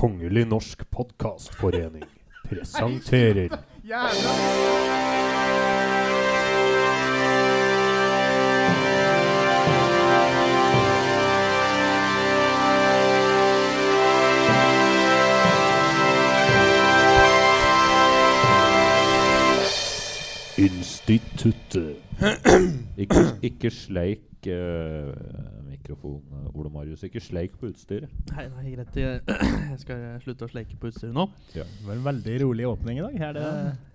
Kongelig norsk podkastforening presenterer Instituttet. Ikke, ikke sleik eh, mikrofon, eh, Ole Marius. Ikke sleik på utstyret. Nei, nei, greit. Jeg jeg skal slutte å sleike på utstyret nå. Det var en veldig rolig åpning i dag. Her det,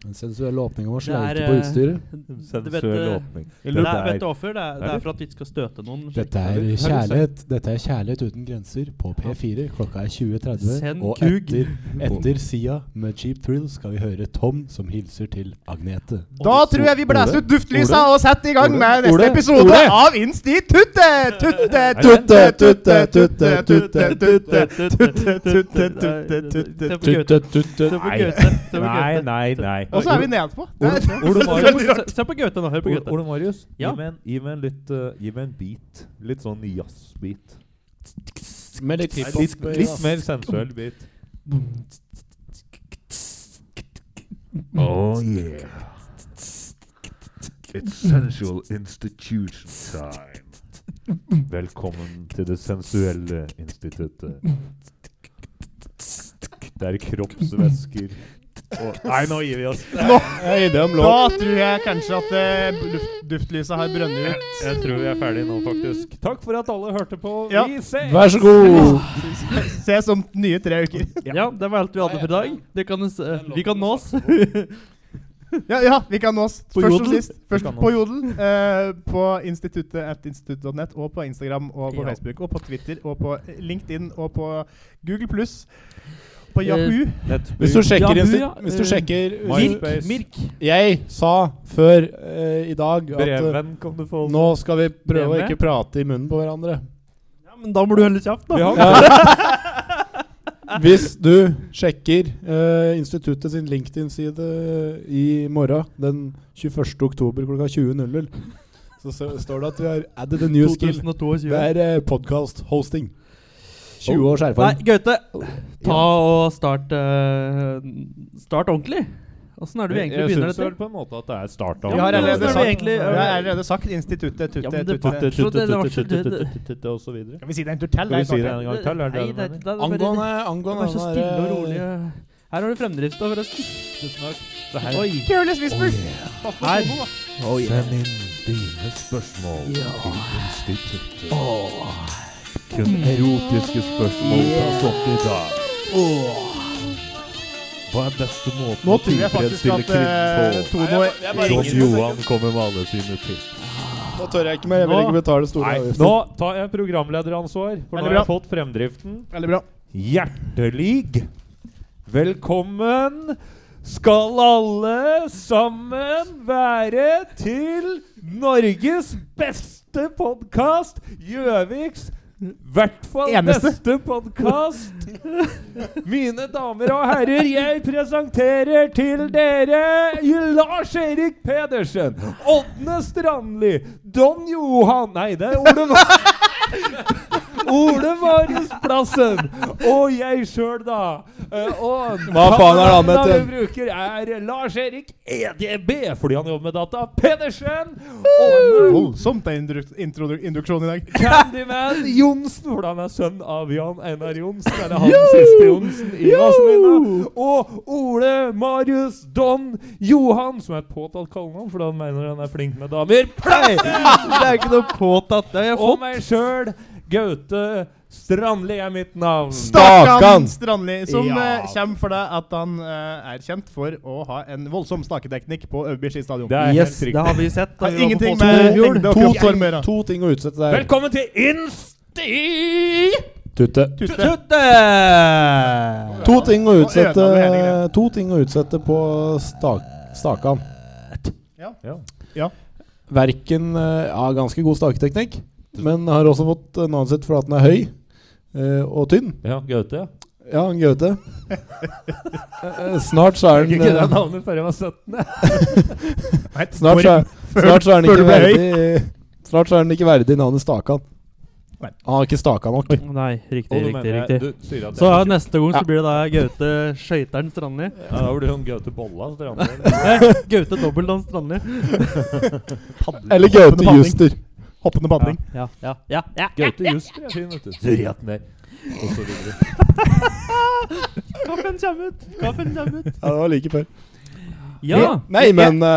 Den sensuelle åpningen vår Det er, sleik på eh, utstyret. Du vet, eh, åpning. det er, vet du der. hvorfor? Det, er- det er for at vi ikke skal støte noen. Dette Har er du- har du sett- kjærlighet Dette er kjærlighet uten grenser på P4. Klokka er 20.30. Send Og kug. etter, etter Sia med Cheap Thrill skal vi høre Tom som hilser til Agnete. da tror jeg vi blæser ut duftlysa og setter i gang Ole? med neste Ole? episode Ole? av Instituttet! Tutte, tutte, Tutte, tutte, tutte, tutte, tutte, tutte, tutte, tutte, tutte, Se tutte. på Gaute. Se på Gaute. Se på Nei. Nei, Gaute. nei, nei. Og så er vi nedenpå. Det er- Ole- Ole det er veldig Se- rart. se- Se på Gaute nå. Hør på Ole, Gaute. Ole Marius, Ja. gi, meg en, gi, meg en litt, eh, gi meg en beat. Litt sånn jazzbeat. Med litt Nei, Litt, litt mer sensuell beat. Oh yeah. It's sensual institution time. Velkommen til Det sensuelle instituttet. Der kroppsvæsker og Nei, nå gir vi oss. Nå- Jeg gir det om Da tror jeg kanskje at eh, luft- duftlysa har brønnet ut. Jeg tror vi er ferdige nå, faktisk. Takk for at alle hørte på. Ja. Vi ses! Vær så god! Ses om nye tre uker. Ja, det var alt vi hadde for i dag. Det kan, eh, vi kan nås. Ja, ja, vi kan nås På først og Jodel. sist. Først Vi kan på Jodel, eh, på instituttet at institutt.net, og på Instagram, og på Ja. Facebook, og på Twitter, og på eh, LinkedIn, og på Google Pluss, på Eh, Yahoo. Hvis du Ja, sjekker, du, insti- ja. eh, hvis du sjekker Mirk, Mirk. Mirk. Jeg sa før eh, i dag at eh, Breven kan du få. nå skal vi prøve å Brevet? ikke prate i munnen på hverandre. Ja, men da må du holde kjeft, da. Ja. Ja. Hvis du sjekker eh, instituttet sin LinkedIn-side i morgen, den 21. oktober klokka 20.00, så, s- står det at vi har added a new skill. 2022. Det er eh, podcast-hosting. 20 års Nei, erfaring. Gaute. Ta og start eh, Start ordentlig. Åssen er det vi egentlig begynner Jeg syns vel dette? på en måte at det er starta. Vi har men allerede hvordan er sagt, vi egentlig- vi har allerede sagt instituttet, tutte, Ja, men det tutte. var- Og så videre. Kan vi si det en tur til? Skal vi si det Nei, en gang til? Er det Nei, det du det er- mener? det er bare- Angående, Det angående var så den stille der, og eh, rolig. Her har du fremdrifta, forresten. Tusen takk. Det her. Oi. Careless Whisper! Her. Send inn dine spørsmål til instituttet. Kun erotiske spørsmål tas opp i dag. Hva er beste måten Nå å tror jeg faktisk tilfredsstille at eh, kvinnen på? Tono Don Johan kommer med alle sine tips. Nå tør jeg ikke mer. Jeg vil ikke betale store Nei, avgifter. nå tar jeg programlederansvar, for nå Veldig har jeg bra. fått fremdriften. Veldig bra. Hjertelig velkommen skal alle sammen være til Norges beste podkast, Gjøviks hvert fall Eneste. beste podkast. Mine damer og herrer, jeg presenterer til dere Lars-Erik Pedersen, Ådne Strandli, Don Johan Nei, det er Ole Mar- Ole Marius Plassen. Og jeg sjøl, da. Eh, og Hva faen er det annet navnet enn? vi bruker, er Lars-Erik EDB, fordi han jobber med data. Pedersen. Ådne Voldsomt er introdu- introdu- induksjon i dag. Candyman Johnsen, for han er sønn av Jan Einar Johnsen. Eller han siste Johnsen i Vazelina. Og Ole Marius Don Johan, som er et påtatt kallenavn fordi han mener han er flink med damer. Nei, det er ikke noe påtatt. Det har jeg Og fått. meg sjøl, Gaute Strandli, er mitt navn. Stakan! Strandli, som Ja. eh, kommer for deg at han eh, er kjent for å ha en voldsom staketeknikk på Øverby stadion. Det er Yes, helt det har riktig. vi sett. da Har vi var på ingenting Fossfjord. med To, lengde og to, kroppsformer. da. to ting å utsette der. Velkommen til Insti... Tutte. Tutte. Tutte! To ting å Og utsette ødela med hele greia. To ting å utsette på stak, Stakan. Ja. Verken eh, Ja, ganske god staketeknikk, men har også fått en annen sett for at den er høy eh, og tynn. ja, Gaute, ja. Ja, han Gaute. Eh, eh, snart så er Fikk den ikke det eh, navnet før jeg var 17. Nei, Snart så er, før- snart så er den før du ikke ble høy. verdig Snart så er den ikke verdig navnet Stakan. Han har ikke staka nok. Nei, riktig, Og du riktig. mener- riktig. Du sier at Så det er neste gang Ja. så blir det da Gaute Skøyteren Strandli. ikke- ja, Da blir det sånn Gaute Bolla. så det andre- Nei, Gaute Dobbeldans Strandli. Eller Gaute Hoppende Juster. Ja, Hoppende badning. ja, ja, ja, ja. Gaute Juster er fin, vet du. Surr at den er Og så videre. Kaffen kommer ut! Kaffen kommer ut. Ja, det var like før. Ja. Nei, men eh,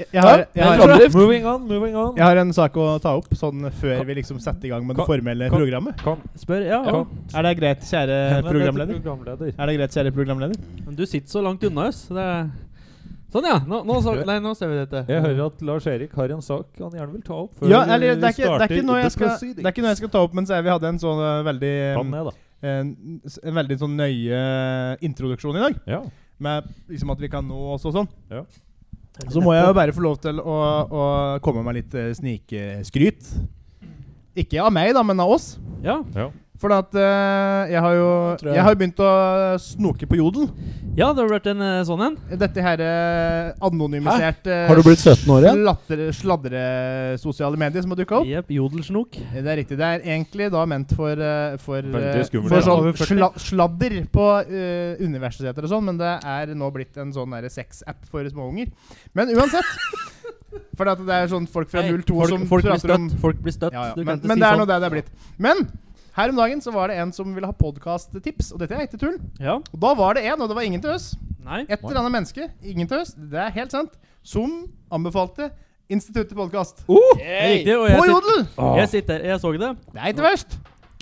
Jeg, jeg, har, jeg, Ja, har, bra. Framdrift. Moving on, moving on. jeg har en sak å ta opp sånn før vi liksom setter i gang med det Kan- formelle kan- programmet. Kom. Spør, ja. Kom. Er det greit, kjære Eh, Henvend deg til programleder? programleder. Er det greit, kjære programleder? Men du sitter så langt unna oss. så Det er sånn, ja. Nå, nå, så, nei, nå ser vi dette. Jeg hører at Lars Erik har en sak han gjerne vil ta opp. før Ja, vi eller det er, ikke, det, er starter ikke noe the jeg skal, det proceedings. er ikke noe jeg skal ta opp, men så er vi hadde en sånn eh, veldig eh, Ta den ned, da. en, en veldig sånn nøye introduksjon i dag. Ja. Med liksom at vi kan nå oss og sånn. Ja. Så må jeg jo bare få lov til å, å komme med litt eh, snikskryt. Ikke av meg, da, men av oss. Ja. For at eh, jeg har jo tror jeg- Jeg har jo begynt å snoke på jodel. ja, det har vært en eh, sånn en. Dette her eh, anonymiserte har du blitt 17 år igjen? Sladre-sosiale medier som har dukka opp. Jepp. Jodelsnok. Det er riktig. Det er egentlig da ment for, eh, for, eh, Veldig skummelt, for ja. sånn Over 40. sla sladder på eh, universiteter og sånn, men det er nå blitt en sånn derre sex-app for småunger. Men uansett. for at det er sånn folk fra Nei, 02 folk, som folk blir prater om støtt. Folk blir støtt. ja, ja. Du kan Men, ikke men si det er nå sånn. det det er blitt. Men her om dagen så var det en som ville ha podkast-tips, og dette er ikke tull. Ja. Og da var det en, og det var ingen til oss. Nei. Et eller annet menneske, ingen til oss, det er helt sant, som anbefalte Instituttet podkast. Det er riktig. Og På jeg, Jodel! sit, jeg sitter Jeg så det. Det er ikke verst.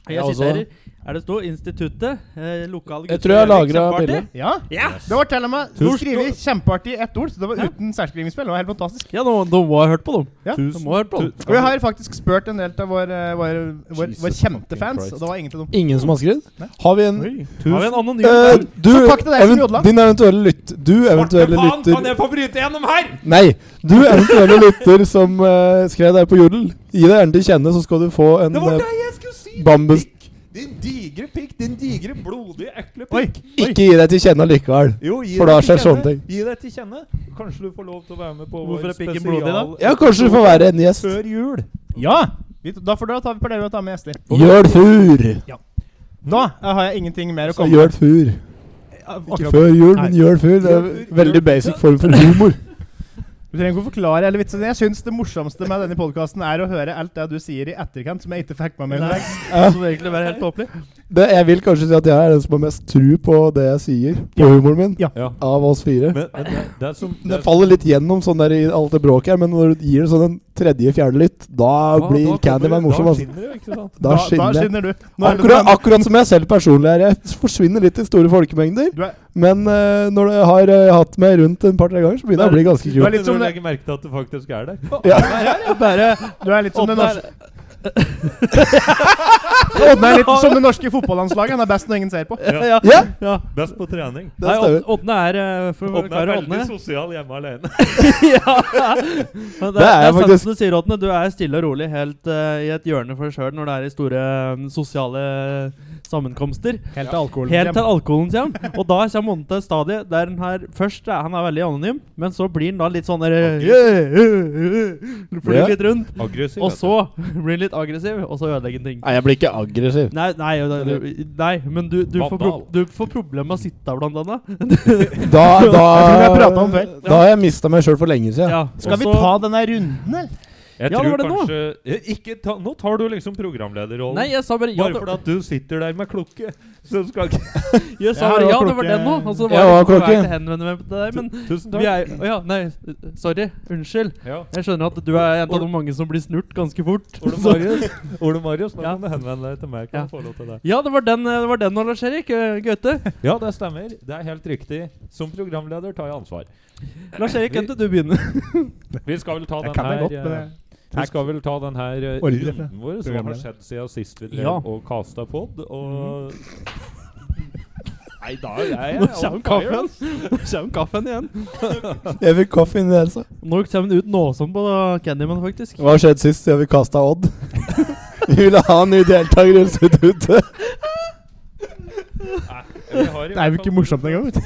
Jeg Ja, altså. siterer. Er det stå Instituttet? Eh, lokale Jeg tror jeg lagra bildet. Ja. Ja. Det var til og med Du Tusen- skriver kjempeartig i ett ord, så det var Ja. uten særskrivingsfeil. Det var helt fantastisk. ja, nå, nå må jeg ha hørt på dem. Ja. Nå må jeg ha hørt på dem. Og jeg har faktisk spurt en del eh, av våre, våre, våre, Jesus våre kjente fucking fans, Christ. og det var ingen til dem. Ingen som har Nei. skrevet? Har vi en Har vi en anonym Eh, der? du, Så takk til deg som even, jodla. din eventuelle lytt... Du eventuelle Faen, kan lytter jeg få bryte gjennom her?! Nei! Du eventuelle lytter som eh, skrev deg på jodel, gi deg gjerne til kjenne, så skal du få en Det var eh, det jeg skulle si! bambus... Din digre pikk, din digre, blodige, ekle Oi. pikk. Ikke gi deg til kjenne allikevel. Jo, gi For deg da til skjer kjenne. sånne ting. Gi deg til kjenne. Kanskje du får lov til å være med på Hvorfor vår er pikken blodig, da? spesial- Ja, kanskje du får være en gjest. Før jul. Ja! Vi, da får dere ta, for dere å ta med gjester. Jøl fur! Da eh, har jeg ingenting mer å Så komme Jøl fur. Ikke med. før jul, Nei. men jøl fur. Det er Jøl fur, veldig jøl. basic form for humor. Du trenger ikke å forklare eller vitse. Jeg syns det morsomste med denne podkasten er å høre alt det du sier i etterkant som jeg ikke fikk med meg Nei. underveis. Som egentlig være helt tåpelig. Det, jeg vil kanskje si at jeg er den som har mest tru på det jeg sier, på humoren min, Ja. av oss fire. Men, men det, det er som Det faller litt gjennom sånn der i alt det bråket her, men når du gir det sånn en tredje-fjerde lytt, da Ja, da blir kommer- Candyman morsom. Da Altså. skinner det, ikke sant? Da skinner jeg. skinner du. Nå er det Akkurat, sånn- akkurat som jeg selv personlig er. Jeg forsvinner litt i store folkemengder, du, er, men eh, når jeg har eh, hatt meg rundt en par-tre ganger, så begynner jeg å bli ganske Du kul. er litt som det- legger merke til at det faktisk er der. Bare du er litt som det Åpne norske Odden er litt som det norske fotballandslaget. Han er best når ingen ser på. Ja. ja. Ja, Best på trening. det stemmer. Nei, Ådne er eh, for å Åpne er forklare veldig Ådne. sosial hjemme alene. ja. Men det, Det det er er, jeg sant faktisk. som du sier, Ådne. Du er stille og rolig helt eh, i et hjørne for deg sjøl når det er i store eh, sosiale sammenkomster. Helt til alkoholen Helt til alkoholen kommer. Og da kommer Ådne til et stadie der han her først er, han er veldig anonym, men så blir han da litt sånn der eh, Ja. Flyr litt rundt. Aggressiv. Og vet så blir han litt aggressiv, og så ødelegger han ting. Nei, jeg blir ikke aggressiv. Nei, nei, nei, nei men du, du, får pro Vandal. du får problemer med å sitte her, blant annet. Da, da, Jeg tror vi har pratet om før. da har jeg mista meg sjøl for lenge siden. Ja. Skal vi og så- ta denne runden, eller? du. Jeg Ja, det tror var det nå. kanskje Eh, Ikke ta, Nå tar du liksom programlederrollen. Nei, jeg sa bare ja. Bare fordi at du sitter der med klokke, så skal ikke det- Jeg sa bare Jeg var ja, det var klokke- den nå. Og så Jeg var var det på vei klokke. til å henvende meg til deg, men Tusen vi er takk. Å ja, nei. Sorry. Unnskyld. Ja. Jeg skjønner at du er en av de mange som blir snurt ganske fort. Ole Marius, Ole Marius, nå Ja. kan du henvende deg til meg. Kan jeg få lov til det? Ja, det var den, eh, det var den nå, Lars Erik. eh, Gaute. Ja, det stemmer. Det er helt riktig. Som programleder tar jeg ansvar. Lars Erik, kan ikke du begynne? Vi skal vel ta den Jeg kan det her godt, men eh, jeg- Vi skal vel ta den her eh, Ordre fra runden vår, som har programleder. skjedd siden sist vi drev Ja. Mhm. og kasta pod, og Nei, da er jeg Nå on kommer fire. kaffen. Nå kommer kaffen igjen. Jeg fikk kaffe inni helsa. Nå kommer den ut nåsom på Candyman, faktisk. Hva har skjedd sist siden vi kasta Odd? vi ville ha en ny deltaker i Instituttet. Vi har i Det er jo hvert ikke fall- morsomt engang. vet du.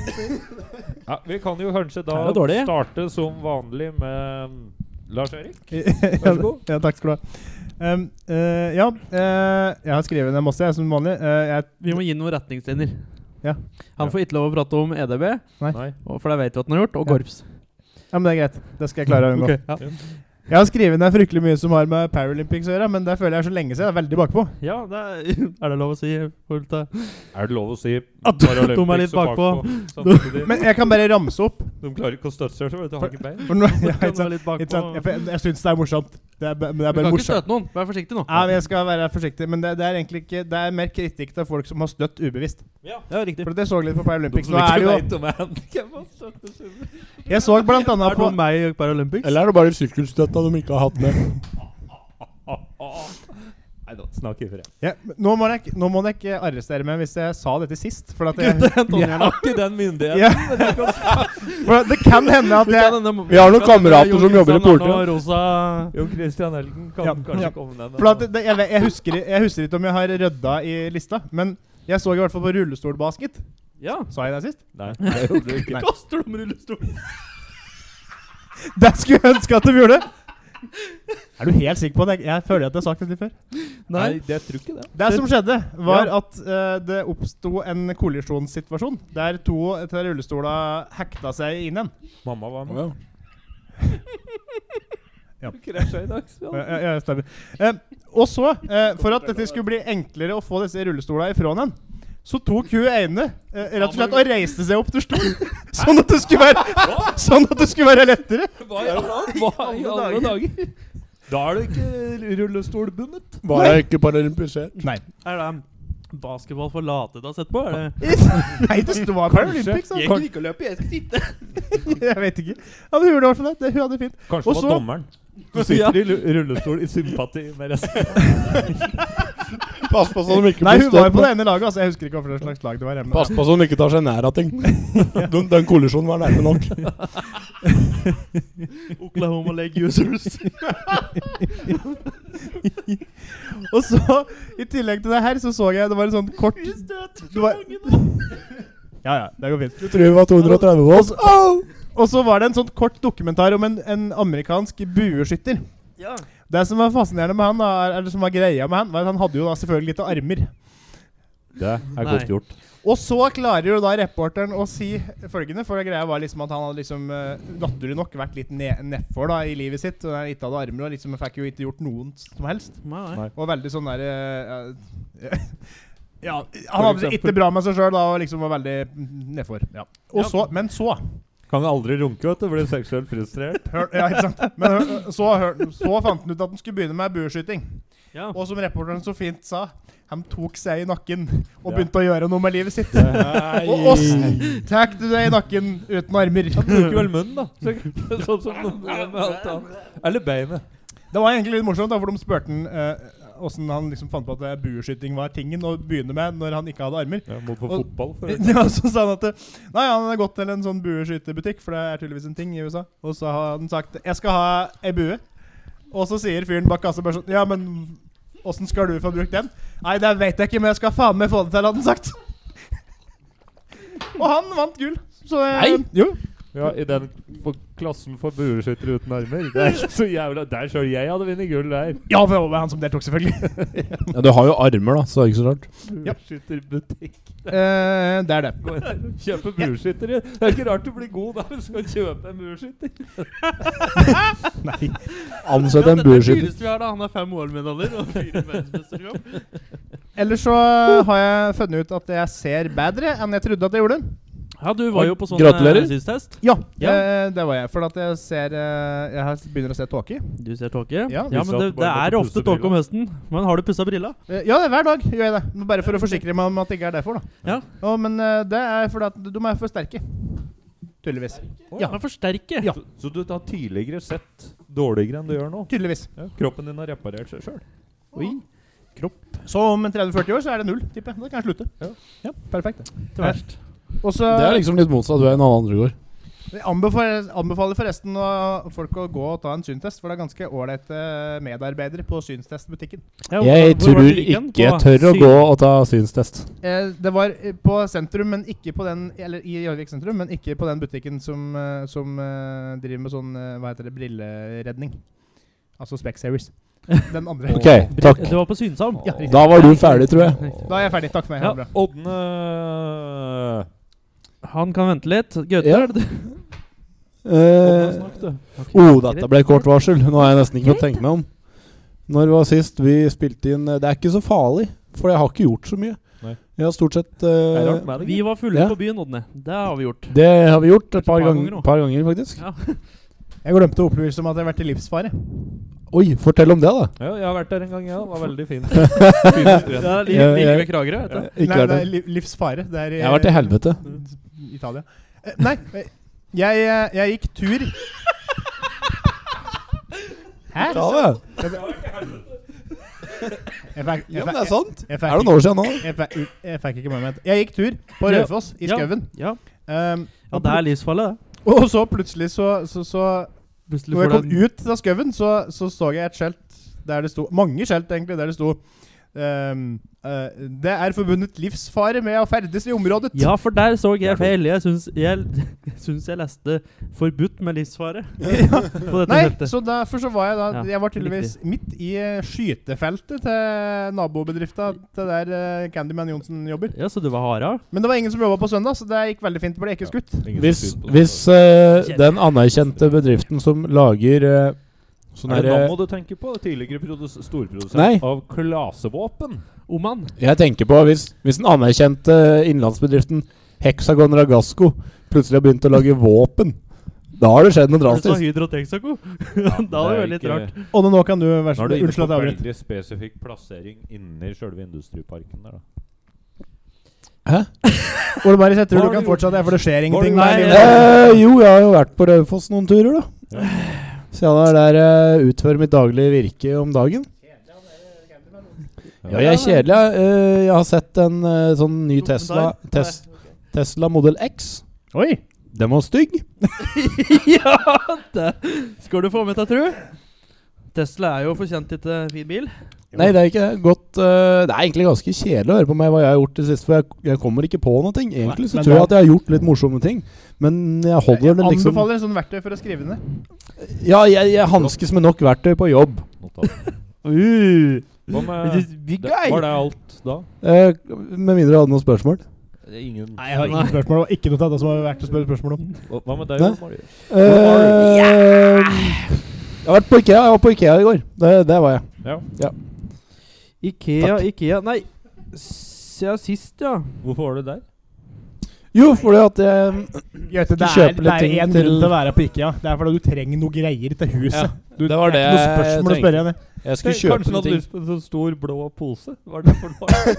Ja, vi kan jo kanskje Det da er jo dårlig. starte som vanlig med mm, Lars-Erik? Vær så god. Ja, takk skal du ha. Um, eh, ja, eh, jeg har skrevet ned masse, jeg, som vanlig. Eh, jeg, Vi må gi noen retningslinjer. Ja. Ja. Han får ikke lov å prate om EDB, Nei. og- for det vet vi at han har gjort, og Ja. korps. ja, men det er greit. Det skal jeg klare å unngå. Ok, ja. Jeg har skrevet ned fryktelig mye som har med Paralympics å gjøre, men det føler jeg er så lenge siden. Jeg er veldig bakpå. ja, det er, er det lov å si? Folk tar- Er det lov å si At de er litt bakpå. samtidig? Men jeg kan bare ramse opp. Sånn de klarer ikke å støtte seg sjøl, de har ikke bein. For nå, ja, Kan ikke sant? være litt bakpå. Ikke sant? Jeg, jeg syns det er morsomt. Det er, ba- men det Du er kan bare ikke morsomt. støte noen. Vær forsiktig nå. Ja, men jeg skal være forsiktig, men det, det er egentlig ikke Det er mer kritikk til folk som har støtt ubevisst. Ja, riktig. For det så jeg litt på De Paralympics. som Nå er det ikke jo vet om er handikappa, støtter seg sjøl. Jeg så blant annet Er på det meg i Paralympics? Eller er det bare sykkelstøtta de ikke har hatt med? Ah, Nei da, snakk ifra. ja, men Nå må dere nå må dere ikke arrestere meg hvis jeg sa dette sist. For at jeg, Jeg Tonje, har ikke den myndigheten. ja, for det kan hende at jeg Vi har noen kamerater som jobber i politiet. politiet. Jon Christian Elgen kan Ja, kanskje ja. komme med For at det, det- jeg, vet- jeg, husker, jeg husker ikke om jeg har rydda i lista, men jeg så i hvert fall på rullestolbasket. Ja. Sa jeg det sist? Nei, det gjorde du ikke. Kaster dem rullestolen. Det skulle jeg ønske at de gjorde! Er du helt sikker på det? Jeg- Jeg føler at jeg har sagt det før. Nei, Nei. det tror ikke det. Det som skjedde, var Ja. at eh, det oppsto en kollisjonssituasjon der to av rullestolene hekta seg inn en. Mamma var med. Ja. Du krasja i dag. så- Ja, ja, ja, stemmer. Eh, og så, eh, for at dette skulle bli enklere å få disse rullestolene ifra henne, så tok hun ene eh, rett og slett og reiste seg opp til stolen. sånn, at det skulle være, sånn at det skulle være lettere. Hva i alle- hva i alle dager? Da er du ikke rullestolbundet. Var jeg ikke paralympisert? Nei, Er det basketball for late du har sett på? Er det? Nei det sto bare Paralympics. altså. da. kan ikke løpe, jeg skal sitte. Jeg vet ikke. Ja, men hun gjorde i hvert fall det. det. Hun hadde det fint. Kanskje Og det så- var dommeren. Du sitter i lu- rullestol i sympati med resten. Pass på så de ikke Nei, blir hun var jo støtt på det med- ene laget. Altså, jeg husker ikke hva slags lag det var. Men, Pass på så de ikke tar seg nær av ting. Den, den kollisjonen var nærme nok. Oklahoma Lake Users. Og så, i tillegg til det her, så så jeg det var en sånn kort Det var- Ja, ja, det går fint. Du tror vi var 230 volts. Og så var det en sånn kort dokumentar om en, en amerikansk bueskytter. Ja. Det som var fascinerende med han, da, er- eller som var greia med han, var at han hadde jo da selvfølgelig litt armer. Det er Nei. godt gjort. Og så klarer jo da reporteren å si følgende, for greia var liksom at han hadde liksom eh, naturlig nok vært litt ne- nedfor da i livet sitt. Og han ikke hadde armer og liksom fikk jo ikke gjort noen som helst. Nei, Nei. nei. Og veldig sånn der eh, eh, Ja, han hadde det ikke bra med seg sjøl da og liksom var veldig nedfor. Ja. Og Ja. så, men så Kan aldri runke, vet du. Blir seksuelt frustrert. hør, Ja, ikke sant. Men hør, så, hør, så fant han ut at han skulle begynne med bueskyting. Ja. Og som reporteren så fint sa, han tok seg i nakken og Ja. begynte å gjøre noe med livet sitt. Og åssen Nei. tar du deg i nakken uten armer? Bruker vel munnen, da. Så- Sånn som noen gjør med alt annet. Eller beinet. Det var egentlig litt morsomt, da, for de spurte han eh, åssen han liksom fant på at eh, bueskyting var tingen å begynne med når han ikke hadde armer. Ja, må på Og- fotball. For det. Ja, så sa han at eh, Nei, han har gått til en sånn bueskytebutikk, for det er tydeligvis en ting i USA. Og så har han sagt 'Jeg skal ha ei bue'. Og så sier fyren bak kassa bare sånn 'Ja, men åssen skal du få brukt den?' 'Nei, det veit jeg ikke, men jeg skal faen meg få det til', hadde han sagt. Og han vant gull. Så eh, Nei. Jo. Ja, I den for klassen for bueskyttere uten armer. Det er ikke så jævla Der sjøl jeg hadde vunnet gull der. Ja, for det var han som deltok, selvfølgelig. Ja, du har jo armer, da, så det er ikke så rart. Ja. Bueskytterbutikk. Eh, det er det. Gå inn der og kjøpe bueskyttere. Det er ikke rart du blir god da hvis du skal kjøpe en bueskytter. Nei. Ansett en bueskytter. vi har, da. Han har fem OL-medaljer og fire verdensmesterskap. Ellers så har jeg funnet ut at jeg ser bedre enn jeg trodde at jeg gjorde. Ja, du var jo på sånn Gratulerer. eh, synstest. Ja, Ja. eh, det var jeg. For at jeg ser eh, Jeg har- begynner å se tåke. Du ser tåke. Ja. ja, Visste at men det, du det bare er måtte ofte pusse tåke om brilla. høsten. Men har du pussa brilla? Eh, ja, det er hver dag gjør jeg det. Men Bare for å forsikre meg om at det ikke er derfor, da. Ja. Å, men eh, det er fordi at de er for sterke. Tydeligvis. Ja. Men forsterke. Ja. Så, så du har tidligere sett dårligere enn du gjør nå? Tydeligvis. Ja, kroppen din har reparert seg sjøl. Oi. Så om 30-40 år så er det null, tipper jeg. Da kan jeg slutte. Ja. Ja, perfekt. det. Til verst. Og så Det er liksom litt motsatt vei enn alle andre går. Jeg anbefaler, anbefaler forresten å, folk å gå og ta en synstest, for det er ganske ålreite medarbeidere på synstestbutikken. Ja, hvor- Jeg hvor var tror det du gikk hen? ikke jeg På tør å syn- gå og ta synstest. Eh, det var eh, på sentrum, men ikke på den Eller i Gjøvik sentrum, men ikke på den butikken som, eh, som eh, driver med sånn eh, Hva heter det? Brilleredning. Altså Specsavers. Den andre. Ok, takk. Det var på Synsam. Ja, riktig. Da var du ferdig, tror jeg. Da er jeg ferdig. Takk for meg. Ja. Ha det bra. Ådne Han kan vente litt. Gaute, Ja. er det du- Eh, oh, dette ble kort varsel. Nå har jeg nesten ikke noe å tenke meg om. Når det var sist vi spilte inn eh, Det er ikke så farlig, for jeg har ikke gjort så mye. Nei. Jeg har stort sett Det er rart eh, med det. Vi var fulle Ja. på byen, Odne. Det har vi gjort. Det har vi gjort et par, Par ganger ganger, nå. par ganger, faktisk. Ja. Jeg glemte å opplyse om at jeg har vært i livsfare. Oi, fortell om det, da. Ja, jeg har vært der en gang, ja. Det var veldig fint. Fine strender. Ja, li- Ja, Ligger ja. ved Kragerø, vet du. Ikke Nei, vært det der. er li livsfare. Det er i, Jeg har vært i helvete. Italia. Eh, nei, eh, jeg, eh, jeg gikk tur Hæ? Ja, det. Jeg fikk, Ja, jeg men det fikk, er sant. jeg, Er det fikk, noen år siden nå? ikke- jeg, fikk, jeg fikk ikke med meg det. Jeg gikk tur på Ja. Raufoss, i Ja. skauen. Ja. Um, ja, det er livsfarlig, det. og så plutselig så, så, så Plutselig Når får jeg kom du en- ut av skauen, så, så så jeg et skjelt der det sto Mange skjelt, egentlig, der det sto ehm, eh, Det er forbundet livsfare med å ferdes i området. Ja, for der så jeg feil. Jeg syns jeg, jeg, syns jeg leste 'forbudt med livsfare' på dette Nei, feltet. så derfor så var jeg da Ja, Jeg var tydeligvis midt i eh, skytefeltet til nabobedrifta til der eh, Candyman Johnsen jobber. Ja, så du var hardhaug? Men det var ingen som jobba på søndag, så det gikk veldig fint. Det ble ikke skutt. Hvis, hvis eh, Kjedelig. den anerkjente bedriften som lager eh, sånn Nei, her da eh, må du tenke på tidligere produs storprodusent Nei. av klasevåpen. Oman? Jeg tenker på hvis, hvis den anerkjente innenlandsbedriften Hexagon Ragasco plutselig har begynt å lage våpen. Da har det skjedd noe Du sa drastisk. Hydro Texaco? da hadde det vært litt rart. Og nå kan du være Nå så er du inne Unnskyld på at jeg avbrøt. veldig spesifikk plassering inni sjølve industriparken der, da. Ole Marius, jeg tror Hva du har kan du gjort? fortsette, for det skjer ingenting. Nei, der. Eh, jo, jeg har jo vært på Raufoss noen turer, da. Siden det er der jeg utfører mitt daglige virke om dagen. Ja, jeg er kjedelig. ja. Eh, jeg har sett en eh, sånn ny Tesla tes Tesla Model X. Oi! Den var stygg. ja, det skal du få med deg, tru. Tesla er jo for kjent til en fin bil. Nei, det er ikke det. Godt eh, Det er egentlig ganske kjedelig å høre på meg hva jeg har gjort det siste, for jeg, jeg kommer ikke på noe. ting. Egentlig så men tror jeg da- at jeg har gjort litt morsomme ting, men jeg holder det liksom Anbefaler en sånn verktøy for å skrive ned. Ja, jeg, jeg hanskes med nok verktøy på jobb. Notat. Uh, Hva med det, big Var det alt da? Eh, med mindre du hadde noen spørsmål. Det er Ingen Nei, jeg har ingen spørsmål. og Ikke noe av det som har vært å spørre spørsmål om. Hva hva med deg, Nei. Ole Marius? Eh, Jeg har vært på Ikea. Jeg var på Ikea i går. Det, det var jeg. Ja. Ikea, Ikea Nei, s- ja, sist, ja. Hvorfor var du der? Jo, fordi at jeg Gjøte, det kjøper er, litt det er ting en til- grunn til å være på IKEA. Det er fordi du trenger noe greier til Ja, huset. du, det var det er ikke noe jeg spørsmål å tenkte. spørre henne. Jeg Kanskje skulle kjøpe han noen hadde ting. lyst på en sånn stor blå pose? Var det for noe?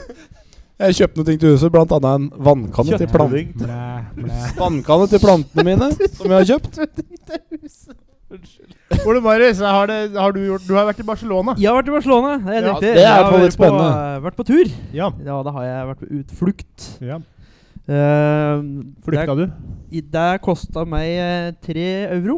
Jeg kjøpte noen ting til huset, blant annet en vannkanne til, plan Kjøttpudding. vannkanne til plantene mine. Som jeg har kjøpt. Ole Marius, har, det, har du, gjort, du har vært i Barcelona. Jeg har vært i Barcelona. Det er Ja, riktig. det er Jeg har i hvert fall vært litt spennende. På, eh, vært på tur. Ja. Ja, da har jeg vært på utflukt. ja. Eh, Flykta du? Det, det kosta meg eh, tre euro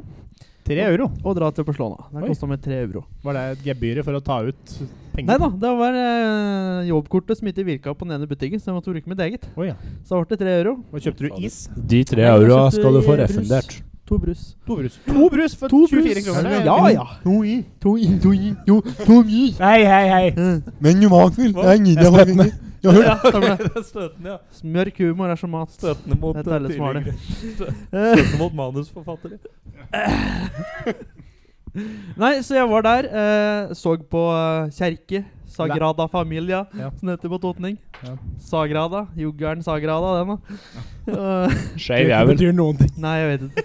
Tre euro. å dra til Barcelona. Det Oi. kosta meg tre euro. Var det gebyret for å ta ut penger? Nei da, det var eh, jobbkortet som ikke virka på den ene butikken, så jeg måtte bruke mitt eget. Oi, ja. Så da ble det tre euro. Og kjøpte du is? De tre Nei, jeg euroa kjøpte skal du få brus. refundert. To brus. To brus. To brus for To brus. 24 kroner. Ja, ja. To i. To, to, to, Hei, hei, hei. Men jo, Magnhild, jeg Jeg gidder støtter meg. ja, stemmer det. Det er støtende, ja. Smørk humor er som mat. Støtende mot Det er alle som har det. tidligere- Støtende mot manusforfattere. Nei, så jeg var der. Eh, så på eh, kjerke. Sagrada Familia, Ja. som det heter på Totning. Ja. Sagrada. Juggeren Sagrada, den, da. Eh, Skeiv Det betyr noen ting. Nei, jeg vet ikke.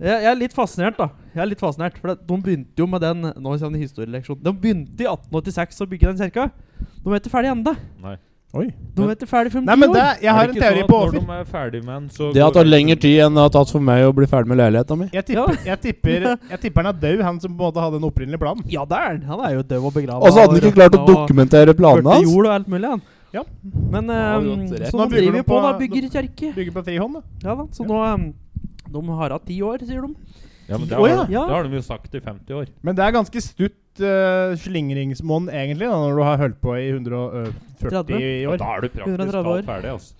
Jeg, jeg er litt fascinert, da. Jeg er litt fascinert, For det- De begynte jo med den Nå kommer det historieleksjon. De begynte i 1886 å bygge den kjerka. De er ikke ferdig ennå. Nei. Oi. De er ikke ferdig Nei, før men om ti det, år. jeg Er har det en ikke teori sånn at på Når overfyll. de er ferdig med den, så Det har går tatt lengre tid enn det har tatt for meg å bli ferdig med leiligheta mi. Jeg Ja. tipper, jeg, tipper, jeg tipper han er død, han som på en måte hadde den opprinnelige planen. Ja, det er han. Han er jo død og begravet. Og så Altså, hadde han ikke klart å dokumentere planene Hørte hans. jord og alt mulig, han. Ja. Men Ja, eh, du har rett. så Nå nå bygger driver de vi på, på- da. Bygger kjerke. Bygger på frihånd, da. Ja da, så Ja. nå um, De har hatt ti år, sier de. Ja, men det Å, har, ja. det har de jo sagt i 50 år. Men det er ganske stutt uh, slingringsmonn, egentlig, da, når du har holdt på i øh, 140 Ja, år. da er du praktisk 130 år. talt ferdig, altså.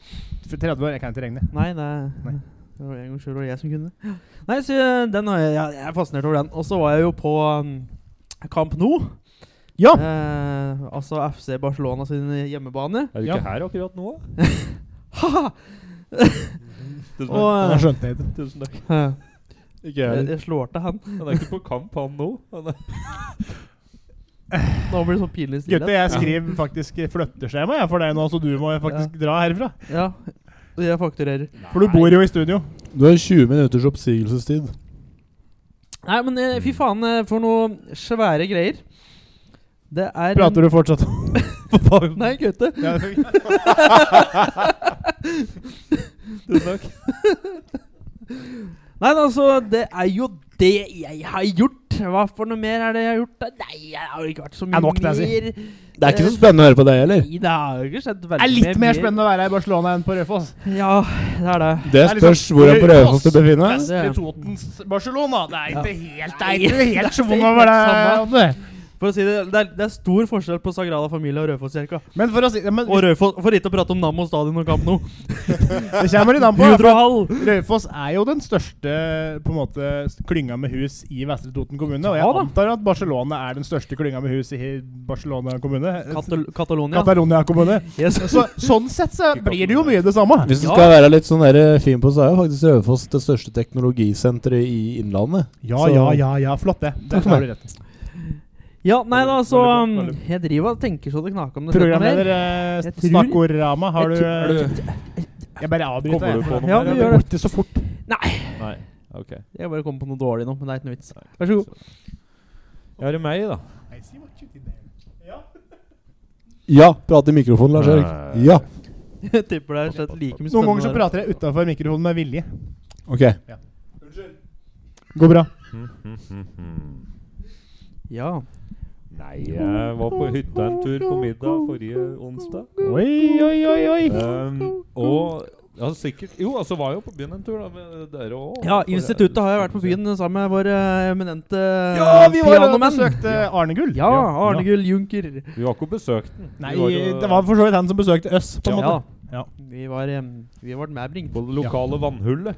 30 år, jeg kan ikke regne. Nei, det, det var en gang selv var det jeg som kunne. Nei, så eh, den har jeg, jeg er fascinert over den. Og så var jeg jo på um, Camp Nou. Ja! Eh, altså FC Barcelona sin hjemmebane. Er du Ja. ikke her akkurat nå? Ha-ha! Tusen Og takk. Jeg skjønte det. Tusen takk. eh, Ikke jeg jeg, heller. jeg slår til han. Han er ikke på kamp, han nå. Han er Nå blir det sånn pinlig Gutter, stillhet. jeg skriver faktisk flytteskjema jeg, for deg nå, så du må faktisk dra herfra. Ja. Og jeg fakturerer. For du bor jo i studio. Du har 20 minutters oppsigelsestid. Nei, men eh, Mm. fy faen, eh, for noe svære greier. Det er Prater du fortsatt om du? Nei, Gaute. ja, Tusen takk. Nei, men altså, det er jo det jeg har gjort. Hva for noe mer er det jeg har gjort? da? Nei, jeg har jo ikke vært så mye Er nok, det jeg mer. Det er ikke så spennende å høre på deg heller. Nei, det har jo ikke skjedd veldig Det er litt mer spennende å være i Barcelona enn på Rødfoss. Ja, det er det. Det Det er spørs liksom- hvor han prøver oss til å befinne Vest- Vestre Totens Barcelona. Det er ikke helt Det Nei. er ikke helt Det er schwung over det. helt Oddny. For å si det, det er, det er stor forskjell på Sagrada Familia og Rødfosskirka. Men for å si ja, men, Og Rødfoss, for ikke å prate om Nammo stadion og Camp Nou. Det kommer litt an på. Hydrohall! Raufoss er jo den største på en måte klynga med hus i Vestre Toten kommune. Og jeg Ja da. antar at Barcelona er den største klynga med hus i Barcelona kommune. Katal Catalonia. Catalonia kommune. Yes. Så, sånn sett så blir det jo mye det samme. Hvis du Ja. skal være litt sånn der fin på, så er jo faktisk Raufoss det største teknologisenteret i Innlandet. Ja, Så- ja, ja, ja, flott det. Der for har du rett. Ja, nei da, så um, Veldig bra, veldig Jeg driver og tenker så det knaker om det. skjer noe mer. Programleder eh, Jeg tror- Snakkorama, har du Jeg eh, Jeg bare avbryter. Kommer jeg, du på for- noe Ja, du mer, eller? gjør det. borte så fort. Nei. Ok. Jeg bare kom på noe dårlig nå, men det er ikke noe vits. Vær så god. Ja, det er meg, da. Ja! Prate i mikrofonen, Eh, Lars Erik. Nei. Ja! Jeg tipper det er slett like mye Noen ganger så spennende. prater jeg utafor mikrofonen med vilje. Ok. Går bra. Mm, mm, mm, mm. Ja. Nei, jeg var på hytta en tur på middag forrige onsdag. Oi, oi, oi, oi. Ehm, og ja, sikkert Jo, altså var jo på byen en tur, da. Med dere òg. ja, Instituttet har jo vært på byen sammen med våre eminente Ja, vi var og pianomenn. Eh, besøkte Arne Gull. Ja, Arne Ja. Gull Junker. Vi var ikke og besøkte den. Nei, vi var, jo- det var for så vidt han som besøkte oss, på en Ja. måte. Ja. Vi var um, Vi ble medbringt. på det lokale vannhullet.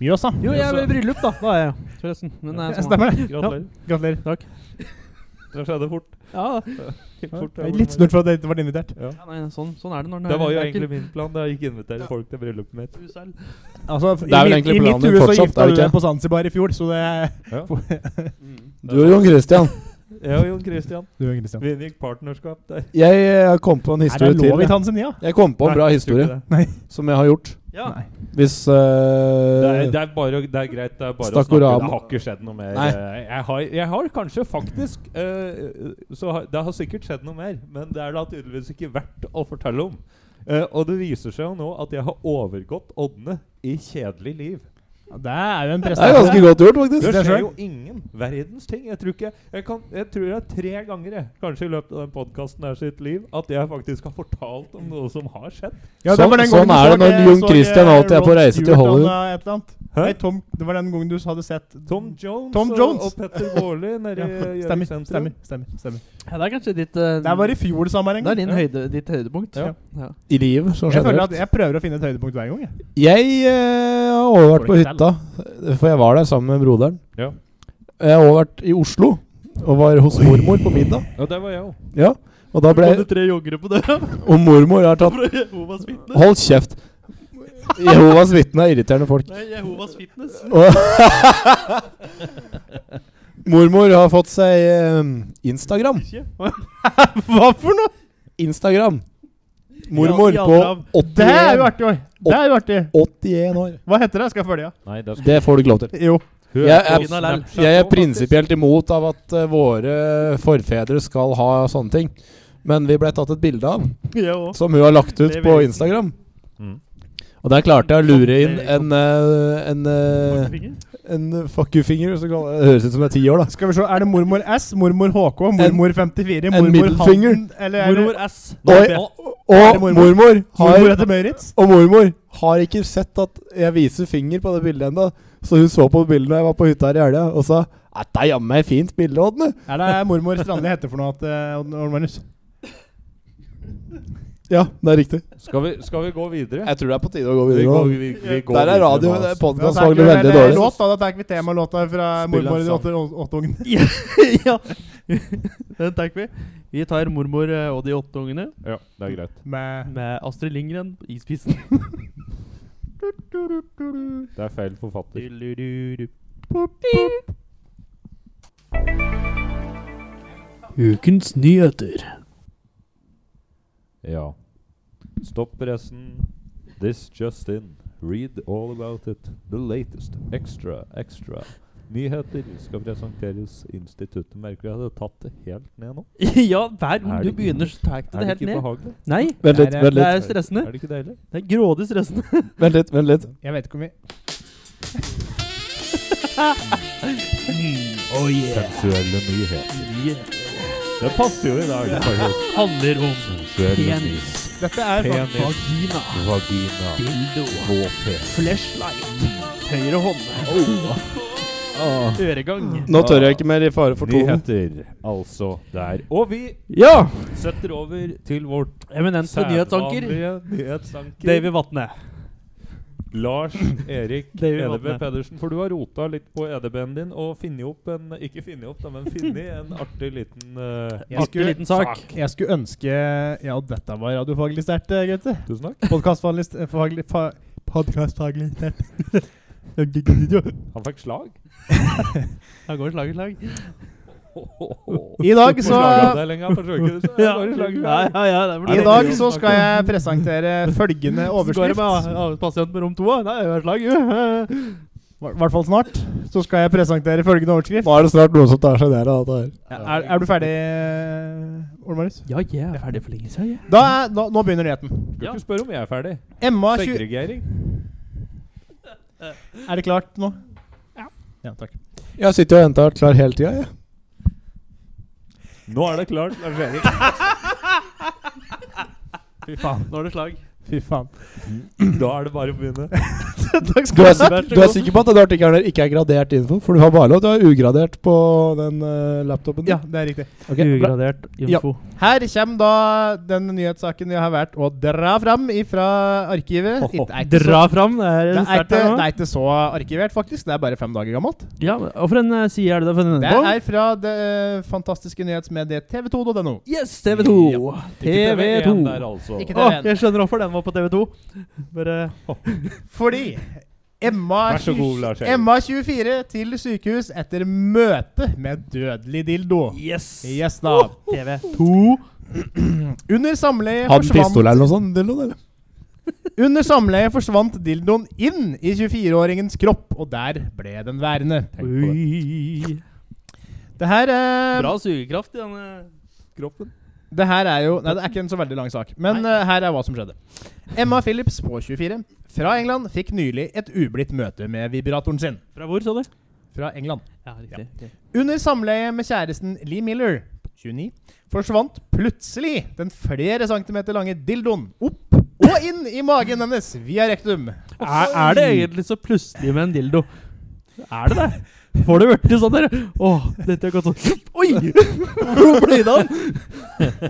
Mjøsa. Jo, jeg Ja, er så- i bryllup, da. Da er jeg forresten. Men det er sånn. Stemmer det. Gratulerer. Gratulerer. Det skjedde fort. Ja, Gikk fort Det er Litt snurt for at jeg ikke ble invitert. Ja. ja nei, sånn, sånn er det når den Det er- var jo er ikke egentlig min plan. Det er ikke invitere folk til bryllupet mitt. du selv. Altså, Det er vel egentlig planen din I mitt hue så fortsatt, gifta er det du deg ikke? på Zanzibar i fjor, så det Ja. Du og Jon Christian. Jeg og Jon Christian. Du er Christian. Vi inngikk partnerskap der. Jeg eh, kom på en Er det historie til. lov i jeg. Tanzania? Jeg kom på en Nei, bra jeg tror historie ikke det. som jeg har gjort. Ja. Nei. Hvis Det er, eh, det er bare Det er greit. Det er bare å snakke. Stakkorama. Det har ikke skjedd noe mer. Nei. Eh, Jeg har, jeg har kanskje faktisk eh, Så har, Det har sikkert skjedd noe mer, men det er da tydeligvis ikke verdt å fortelle om. Eh, og det viser seg jo nå at jeg har overgått Ådne i kjedelig liv. Ja, Det er jo en det er ganske prestasjon. godt gjort, Det faktisk. er skjer selv. jo ingen verdens ting. Jeg tror ikke Jeg, kan, jeg tror jeg tre ganger, jeg, kanskje i løpet av den podkasten her sitt liv, at jeg faktisk har fortalt om noe som har skjedd. Ja, det var Sånn- den sånn gangen du er det så- når jeg Jon så, Christian eh, alltid er på Rod reise til Stewart Hollywood. og et eller annet. Hæ? Nei, Tom, det var den gangen du hadde sett Tom Jones, Tom og- Jones. og Petter Baarli nede ja, i Gjøvik stemmer, sentrum. stemmer, stemmer, stemmer. ja, det er kanskje ditt eh, Det sånn var i fjor det er sammenheng. din høyde, ditt høydepunkt. Ja. Ja. I liv, så Jeg føler generelt. at jeg prøver å finne et høydepunkt hver gang. Jeg. Jeg eh, har også vært på Får det ikke hytta, for jeg var der sammen med broderen. Ja. Jeg har også vært i Oslo, og var hos mormor på middag. Ja, der var jeg òg. Ja, og da ble Kom det tre joggere på døra Og mormor har tatt fra Jehovas vitner? Hold kjeft! Jehovas vitne er irriterende folk. Nei, Jehovas Fitness. Og- mormor har fått seg eh, Instagram. Hva for noe?! Instagram. Mormor Ja, i på alder av- Det er 81, jo artig! oi. Det er jo artig! 81 år. Hva heter det? Skal jeg følge? Nei, det Det får du ikke lov til. Jo. Hun Jeg på er- Snapchat Jeg er nå, faktisk. prinsipielt imot av at eh, våre forfedre skal ha sånne ting. Men vi ble tatt et bilde av, Jeg òg. som hun har lagt ut Det vil på jeg. Sånn Instagram. Mm. Og der klarte jeg å lure inn en, eh, en eh, en eh, fuck you-finger. så kan- Det høres ut som det er ti år, da. Skal vi se, er det mormor S, mormor HK, mormor 54, en mormor middelfinger. Hanten Eller er det Mormor S. Oi. Og mormor? mormor mormor har etter Møritz? Og mormor har ikke sett at jeg viser finger på det bildet ennå. Så hun så på bildet da jeg var på hytta her i helga, og sa at det er jammen meg fint bilde, Ådne. Er det mormor Strandli heter for noe at eh, Odd- Odd Magnus? Ja, det er riktig. Skal vi, skal vi gå videre? Jeg tror det er på tide å gå Vi går, videre. altså. vi, vi går Der er videre radio med oss. podkast tar faglig vi veldig vel, eh, dårlig. Låt, da, da tar vi temalåta fra Spill en mormor i sang. åtte- åtte- åtteungen. ja. Den tar vi. Vi tar mormor eh, og de åtte ungene Ja, det er greit. Med med Astrid Lindgren i spissen. Det er feil forfatter. Ukens nyheter. Ja. Stopp pressen. This just in. Read all about it. The latest. Extra, extra. Nyheter skal presenteres. Instituttet merker jeg hadde tatt det helt ned nå. ja, hver gang du Er det ikke- begynner, så tar jeg ikke Er det det helt ikke ned. behagelig? Nei, Vent litt, vent det litt. er stressende. Er det ikke deilig? Det er grådig stressende. Vent litt, vent litt. Jeg vet ikke om vi Oh yeah. Sensuelle nyheter. Det passer jo i dag. faktisk. Handler om Sensuelle penis, nyheter. Dette er fa- Penis, vagina, vagina, dildo, våpen. Oh. flashlight, Høyre hånd, øregang. Nå tør jeg ikke mer i fare for tonen. Nyheter, altså der. Og vi Ja! setter over til vårt Eminente nyhetsanker. sædvanlige nyhetsanker. Davy Vatne. Lars Erik David EDB Vatne. Pedersen, for du har rota litt på EDB-en din og funnet opp en Ikke funnet opp, da, men funnet en artig liten eh, Jeg Artig skulle- liten sak. jeg skulle ønske Ja, dette var radiofaglig sterkt, eh, Gaute. Tusen takk. Podkastfaglig st- eh, faglig- fa- Podkastfaglig sterkt. Han fikk slag. Han går slag i slag. I dag så ja, bare slag i ja, slag. ja, ja, det er I dag så skal jeg presentere følgende overskrift. pasient med rom 2, Nei, det er slag, jo. I hvert fall snart. Så skal jeg presentere følgende overskrift. Nå er det snart noen som tar seg ned av dette her. Er, er du ferdig, eh, Ole Marius? Ja, jeg er ferdig for lenge siden, jeg. Da er, nå, nå begynner nyheten. Skal ikke spørre om jeg er ferdig. Emma 20 Segregering. Er det klart nå? Ja. takk. Jeg sitter og henter klar hele tida, jeg. Nå er det klart, Lars Erik. Fy faen. Nå er det slag. Fy faen. Da er det bare å begynne. takk Du skal er, du ha. sik- du er sikker på at den artikkelen her ikke er gradert info? For du har bare lov til å ha ugradert på den eh, laptopen? din. Ja, det er riktig. Ok, bra. Ugradert info. Her kommer da den nyhetssaken jeg har valgt å dra fram fra arkivet. Ikke- er ikke så- Dra fram. Det er Det er, sterkt ikke, her det nå. er ikke så arkivert, faktisk. Det er bare fem dager gammelt. Ja, men Hvorfor en eh, side er det det for Det denne på? er fra det eh, fantastiske nyhetsmediet tv2.no. Yes, TV 2. TV 2. TV1 der, altså. Ikke Å, TV1. jeg skjønner hvorfor den var på TV 2. Bare Fordi Emma, Vær så god, Lars Erik. Emma 24 til sykehus etter møte med dødelig dildo. Yes! Yes, da. TV. To Under samleie Hadde han pistol forsvant, eller noe sånt? Dildoen, eller? under samleie forsvant dildoen inn i 24-åringens kropp, og der ble den værende. Tenk på det. Ui. Det her, eh, Bra sugekraft i denne kroppen. det her er jo Nei, det er ikke en så veldig lang sak, men eh, her er hva som skjedde. Emma Phillips på 24 fra England fikk nylig et ublidt møte med vibratoren sin. Fra hvor, så du? Fra England. Ja, riktig. Ok. Under samleie med kjæresten Lee Miller, 29, forsvant plutselig den flere centimeter lange dildoen opp og inn i magen hennes via rektum. Er, er det egentlig så plutselig med en dildo? Er det det? Får det vært sånn der? Åh, dette har gått sånn Oi! Hvor ble det av den?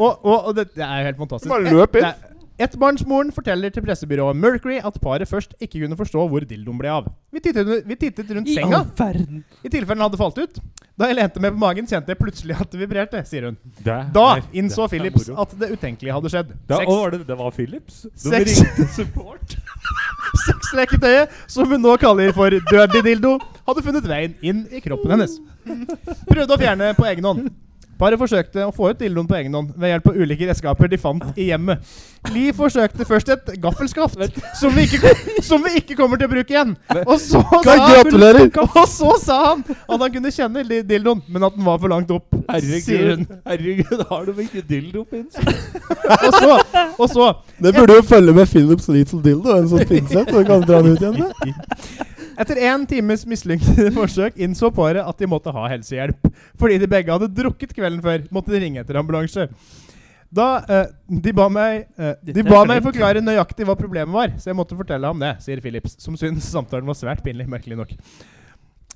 Og, og, og det, det er jo helt fantastisk. Bare løp inn. Et- det er- Ettbarnsmoren forteller til pressebyrået Mercury at paret først ikke kunne forstå hvor dildoen ble av. Vi tittet, under- vi tittet rundt I senga all verden. i tilfelle den hadde falt ut. Da jeg lente meg på magen, kjente jeg plutselig at det vibrerte, sier hun. Det Da er- det innså er Philips moro. at det utenkelige hadde skjedd. Da, Sex- å, var det, det var Philips? De Sex- ringte support? Sexleketøyet, som hun nå kaller for dødelig dildo, hadde funnet veien inn i kroppen hennes. Prøvde å fjerne på egen hånd. Paret forsøkte å få ut dildoen på egen hånd ved hjelp av ulike redskaper de fant i hjemmet. Lee forsøkte først et gaffelskaft, som vi ikke, som vi ikke kommer til å bruke igjen. Og så, sa han, Gratulerer! og så sa han at han kunne kjenne di- dildoen, men at den var for langt opp. Sier hun. Herregud, herregud, har de ikke dildopins? Og så, og så Det burde jo følge med Philips Little Dildo, en sånn pinsett. Så du kan dra den ut igjen. med. Etter én times mislykkede forsøk innså paret at de måtte ha helsehjelp. Fordi de begge hadde drukket kvelden før, måtte de ringe etter ambulanse. Da eh, De ba meg eh, De Dette er ba meg flaut. forklare nøyaktig hva problemet var, så jeg måtte fortelle ham det, sier Philips, som syntes samtalen var svært pinlig, merkelig nok.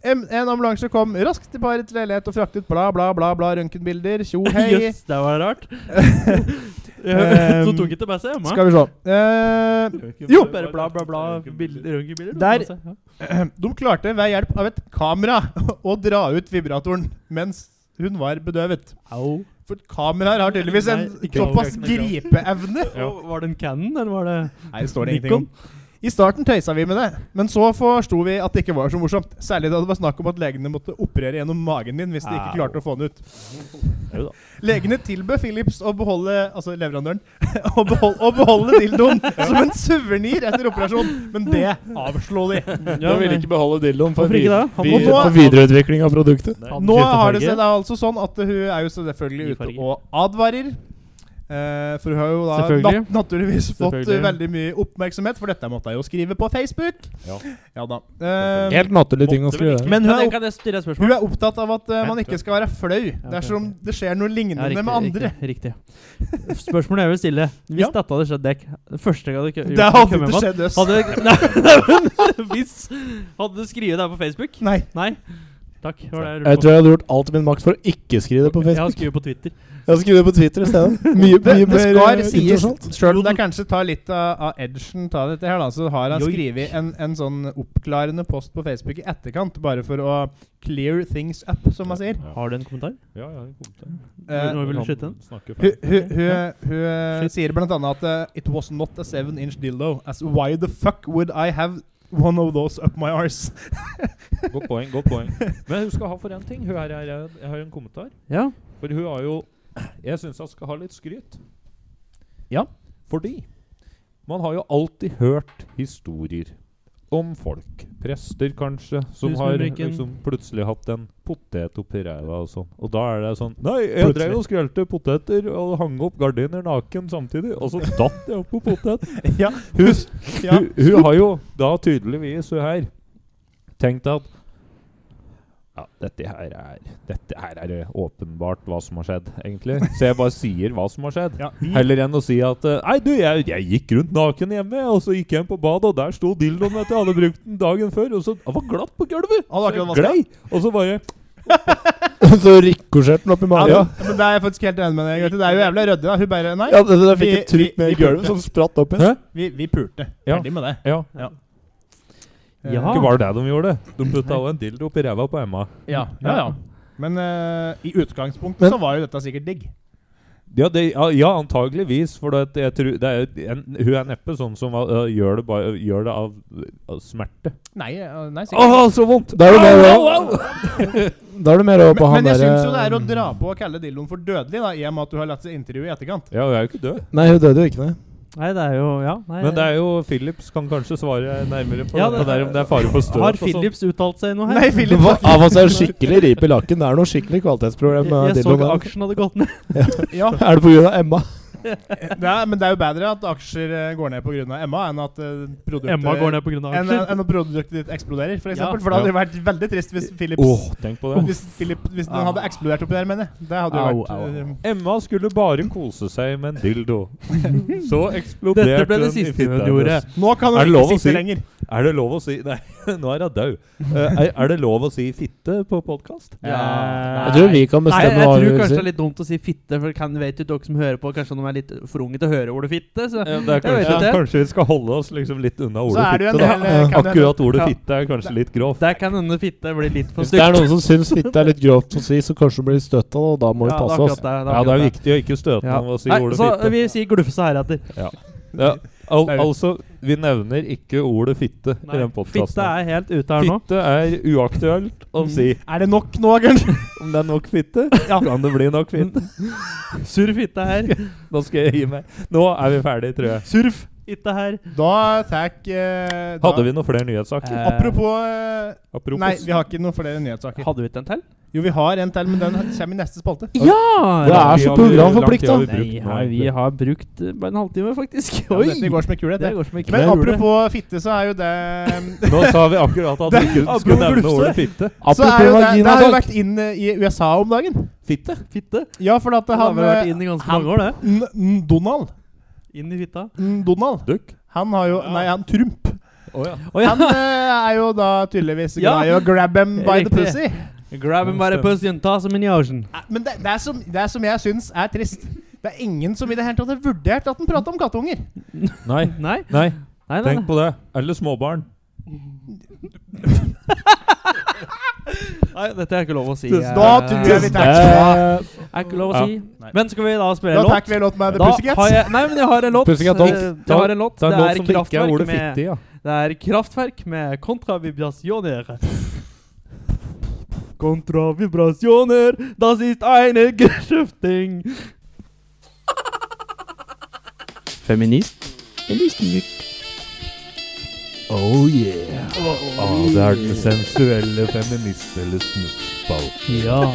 En, en ambulanse kom raskt til parets leilighet og fraktet bla, bla, bla, bla røntgenbilder. Tjo hei. Jøss, det var rart. Så Um, tok ikke med seg hjemme. Skal vi se. Eh, Jo! Bare bla, bla, bla. bilder- Røntgenbilder. Der- masse, ja. De klarte ved hjelp av et kamera å dra ut vibratoren mens hun var bedøvet. Au. For kameraer har tydeligvis en Nei, ikke såpass kamera. gripeevne. Og Var det en Cannon, eller var det Nei, det står det ingenting om. I starten tøysa vi med det, men så forsto vi at det ikke var så morsomt. Særlig da det var snakk om at legene måtte operere gjennom magen din hvis de ikke Au. klarte å få den ut. Jo da. Legene tilbød Philips å beholde Altså leverandøren. Å beholde, å beholde dildoen som en suvenir etter operasjon, men det avslo de. Ja, Jeg ville ikke beholde dildoen for, Hvorfor vi, ikke det? Han vi, må- for videreutvikling av produktet. Nei. Nå har det Farge. seg da altså sånn at hun er jo selvfølgelig ute Farge. og advarer. Eh, for hun har jo da Selvfølgelig. nat naturligvis fått eh, Selvfølgelig. veldig mye oppmerksomhet, for dette måtte hun jo skrive på Facebook. Ja. Ja da. Eh, Helt naturlig ting å skrive. men hun Kan er, jeg- opp, kan jeg stille et spørsmål? hun er opptatt av at eh, man ikke skal være flau ok, dersom det skjer noe Ja, lignende med andre. Riktig. riktig. Spørsmålet jeg vil stille Hvis Ja. dette hadde skjedd deg det Første gang du ikke Det hadde ikke skjedd oss. Hadde, nei, nei, men hvis Hadde du skrevet det her på Facebook? Nei. Nei. Takk. det Var det Jeg tror jeg hadde gjort alt i min makt for å ikke skrive det på Jeg har Facebook. skrevet på Twitter. Jeg har skrevet det på Twitter i stedet. Mye, Det, mye det mer skal eh, sies, interessant. sjøl om det kanskje tar litt av, av edgen, av dette her, da, så har han Joik. skrevet en, en sånn oppklarende post på Facebook i etterkant, bare for å clear things up, som man sier. Har du en kommentar? Ja, ja, det kom til. Eh, Nå vil du Han skyte den? snakker Hun, ferdig. hun, hun, hun Shit. sier blant annet at eh, It was not a seven inch dildo As why the fuck would I have one of those up my arse Godt poeng, godt poeng. Men hun skal ha for én ting. Hun her, er- jeg har en kommentar. Ja. For hun har jo Jeg syns hun skal ha litt skryt. Ja. Fordi man har jo alltid hørt historier om folk, prester kanskje, som Tusen har lykken. liksom plutselig hatt en potet oppi ræva og sånn. Og da er det sånn Nei, jeg Plutselig. drev og skrelte poteter og hang opp gardiner naken samtidig, og så datt jeg oppå poteten. Ja, hun, ja. Hun, hun har jo da tydeligvis, hun her, tenkt at ja, dette her, er, dette her er åpenbart hva som har skjedd, egentlig. Så jeg bare sier hva som har skjedd. ja vi, Heller enn å si at eh, Nei, du, jeg, jeg gikk rundt naken hjemme, og så gikk jeg inn på badet, og der sto dildoen, vet du. Jeg hadde brukt den dagen før, og så Den var glatt på gulvet! Hadde Så akkurat jeg vasket. glei, og så bare Så rikosjetten opp i magen. ja, Ja, men det er jeg faktisk helt enig med deg Grete. Det er jo jævlig rødde da Hun bare, nei, ja det, det fikk Vi- et trykk ned vi- i vi gulvet pulte. som spratt opp Hæ? igjen. vi, vi pulte Ja. Ferdig med det Ja. Eh, Ja. Ikke var det det de gjorde. De putta også en dildo oppi ræva på Emma. ja, ja, ja. Men eh, i utgangspunktet Men- så var jo dette sikkert digg Ja, det, ja, ja antageligvis. For det, jeg tror, det er, jo en, hun er neppe sånn som øh, gjør, det bare, gjør det av, av smerte. Nei, eh, nei Åh, sikkert så vondt! Da er du mer Au, au, over, da er du mer over men, på han eh, men jeg derre synes jo det er å dra på å kalle dildoen for dødelig da I og med at du har latt seg intervjue i etterkant Ja, hun er jo ikke død. Nei, hun døde jo ikke, nei. Nei, det er jo Ja. Nei, Men det er jo Philips kan kanskje svare nærmere på Ja, det, det- der om det er fare for støt. Har og sånn. Philips uttalt seg noe her? Nei, Philip Hva- Av og til er det skikkelig rip i lakken. Det er noe skikkelig kvalitetsproblem Jeg, med jeg så dildoen. ikke der. aksjen hadde gått ned. Ja, Er det pga. Emma? det er, men det er jo bedre at aksjer eh, går ned på grunn av Emma Enn at eh, produktet Emma går ned pga. enn aksjer. enn at produktet ditt eksploderer, for eksempel Ja. For det hadde jo vært veldig trist hvis Philips Åh, tenk på det. Hvis, Philip, hvis den hadde eksplodert oppi der, mener jeg. Det hadde jo Au, vært au, au. eh, Emma skulle bare kose seg med en dildo. Så eksploderte Dette ble det den i siste hun fitta gjorde. hennes. Nå kan Er hun det ikke lov å sitte si? lenger. Er det lov å si Nei, nå er hun død. Eh, er, er det lov å si fitte på podkast? Jeg tror vi kan Nei, jeg, bestemme hva tror vi vil kanskje det si. er litt dumt å si fitte, for kan vet jo dere som hører på, kanskje de er litt for unge til å høre ordet fitte. Så Ja, det er Jeg vet kanskje, ikke. kanskje vi skal holde oss liksom litt unna Så ordet er det jo en fitte. da. del eh, kan det hende- Akkurat ordet Ja. fitte er kanskje litt grovt. der kan hende fitte blir litt for Hvis det er stygt. noen som syns fitte er litt grovt å si, så kanskje de blir støtta, og da må vi Ja, passe akkurat oss. det, Ja, det akkurat er viktig å ikke støte Ja. noen ved å si Nei, ordet så fitte. vi sier glufse heretter. Ja, al Det er jo- altså, vi nevner ikke ordet fitte i den Fitte podkasten. er helt ute her nå. Fitte er uaktuelt å Mm. si. Er det nok nå, kanskje? Om det er nok fitte, Ja. kan det bli nok fitte. Surr fitte her. Nå skal jeg gi meg. Nå er vi ferdig, tror jeg. Surf. Ikke her. Da tar eh, da- Hadde vi noen flere Eh, nyhetssaker? Apropos eh, Apropos. Nei, vi har ikke noen flere nyhetssaker. Hadde vi ikke en til? Jo, vi har en til, men den kommer i neste spalte. Det Ja! er så programforplikta! Nei, ja, vi har brukt eh, bare en halvtime, faktisk. Ja, Oi! dette går som en kule, det dette. går som ikke Men det gjorde. apropos fitte, så er jo det Nå sa vi akkurat at vi ikke skulle apropos nevne glufse. ordet fitte. Så er jo det, det har jo vaginasak. vært inn eh, i USA om dagen. Fitte? Fitte. Ja, for at Det har han vel vært eh, inn i ganske han- mange år, det. N- N- Donald Inn i fitta. N- Donald, Dukk? han har jo Nei, han Trump. Å ja. Å ja. Han eh, er jo da tydeligvis Ja. glad i å grab him by the Riktig. pussy. Grab him by the pussy and toss him in the ocean. Eh, Men det, det, er som, det er som jeg syns er trist. Det er ingen som i det hele tatt har vurdert at han prater om kattunger. Nei. Nei, Nei, nei, nei. tenk nei. på det. Eller småbarn. nei dette er ikke lov å si. Da eh, tror jeg vi tar Er ikke lov å Ja. si. Men skal vi da spille Da en låt? tar vi en låt med The Da har Pussycats. jeg, nei, men jeg har en låt. Pussycat Dolls. Eh, Jeg har en låt. Det er noe som det ikke er Kraftwerk ordet med, fitte i. Ja. det er Kraftverk med Kontravibrasjoner. Kontravibrasjoner, das ist eine Geschäfting. Feminist eller snurt? Oh yeah. Ah, det er den sensuelle feminist- eller snuttspalten. Ja.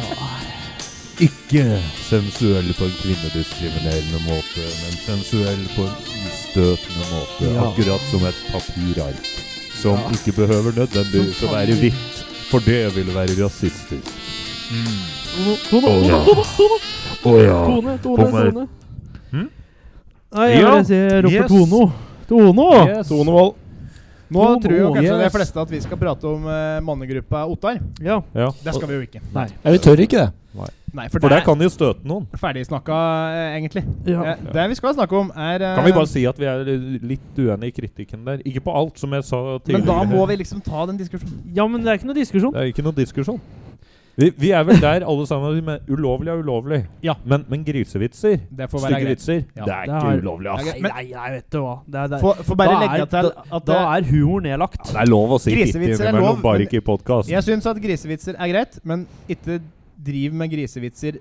Ikke sensuell på en kvinnediskriminerende måte, men sensuell på en ustøtende måte. Ja. Akkurat som et papirark. Som ikke behøver nødvendigvis å være hvitt, for det ville være rasistisk. Tone, Å, ja. Tone, Tone, Tone, Å ja. Tone, Tone, Kom her. Tone. Hm? Nei, jeg Ja. vil si roper Yes. Tono. Tono! Yes. Tonevold. Nå tror jo kanskje de yes. fleste at vi skal prate om eh, mannegruppa Ottar. Ja. Ja. Det skal vi jo ikke. Nei. Ja, vi tør ikke det. Nei, for, For det der kan de jo støte noen. er ferdig snakka, eh, egentlig. Ja. Eh, Det vi skal snakke om, er eh, Kan vi bare si at vi er litt uenige i kritikken der? Ikke på alt, som jeg sa tidligere. Men da må vi liksom ta den diskusjonen. ja, men det er ikke noe diskusjon. Det er ikke noen diskusjon. Vi, vi er vel der alle sammen med ulovlig er ulovlig. Ja. Men, men grisevitser, Det får være stygge greit. vitser, Ja. det er Det ikke er- ulovlig. Det ass. er Nei, greit. Men nei, nei, vet du hva. Det er, det er. får får bare Da er- legge til da- at eh, Da det, er humor nedlagt. Det er lov å si fitte Grisevitser er innimellom, lov, bare men- ikke i podkast. Jeg syns at grisevitser er greit, men ikke driv med grisevitser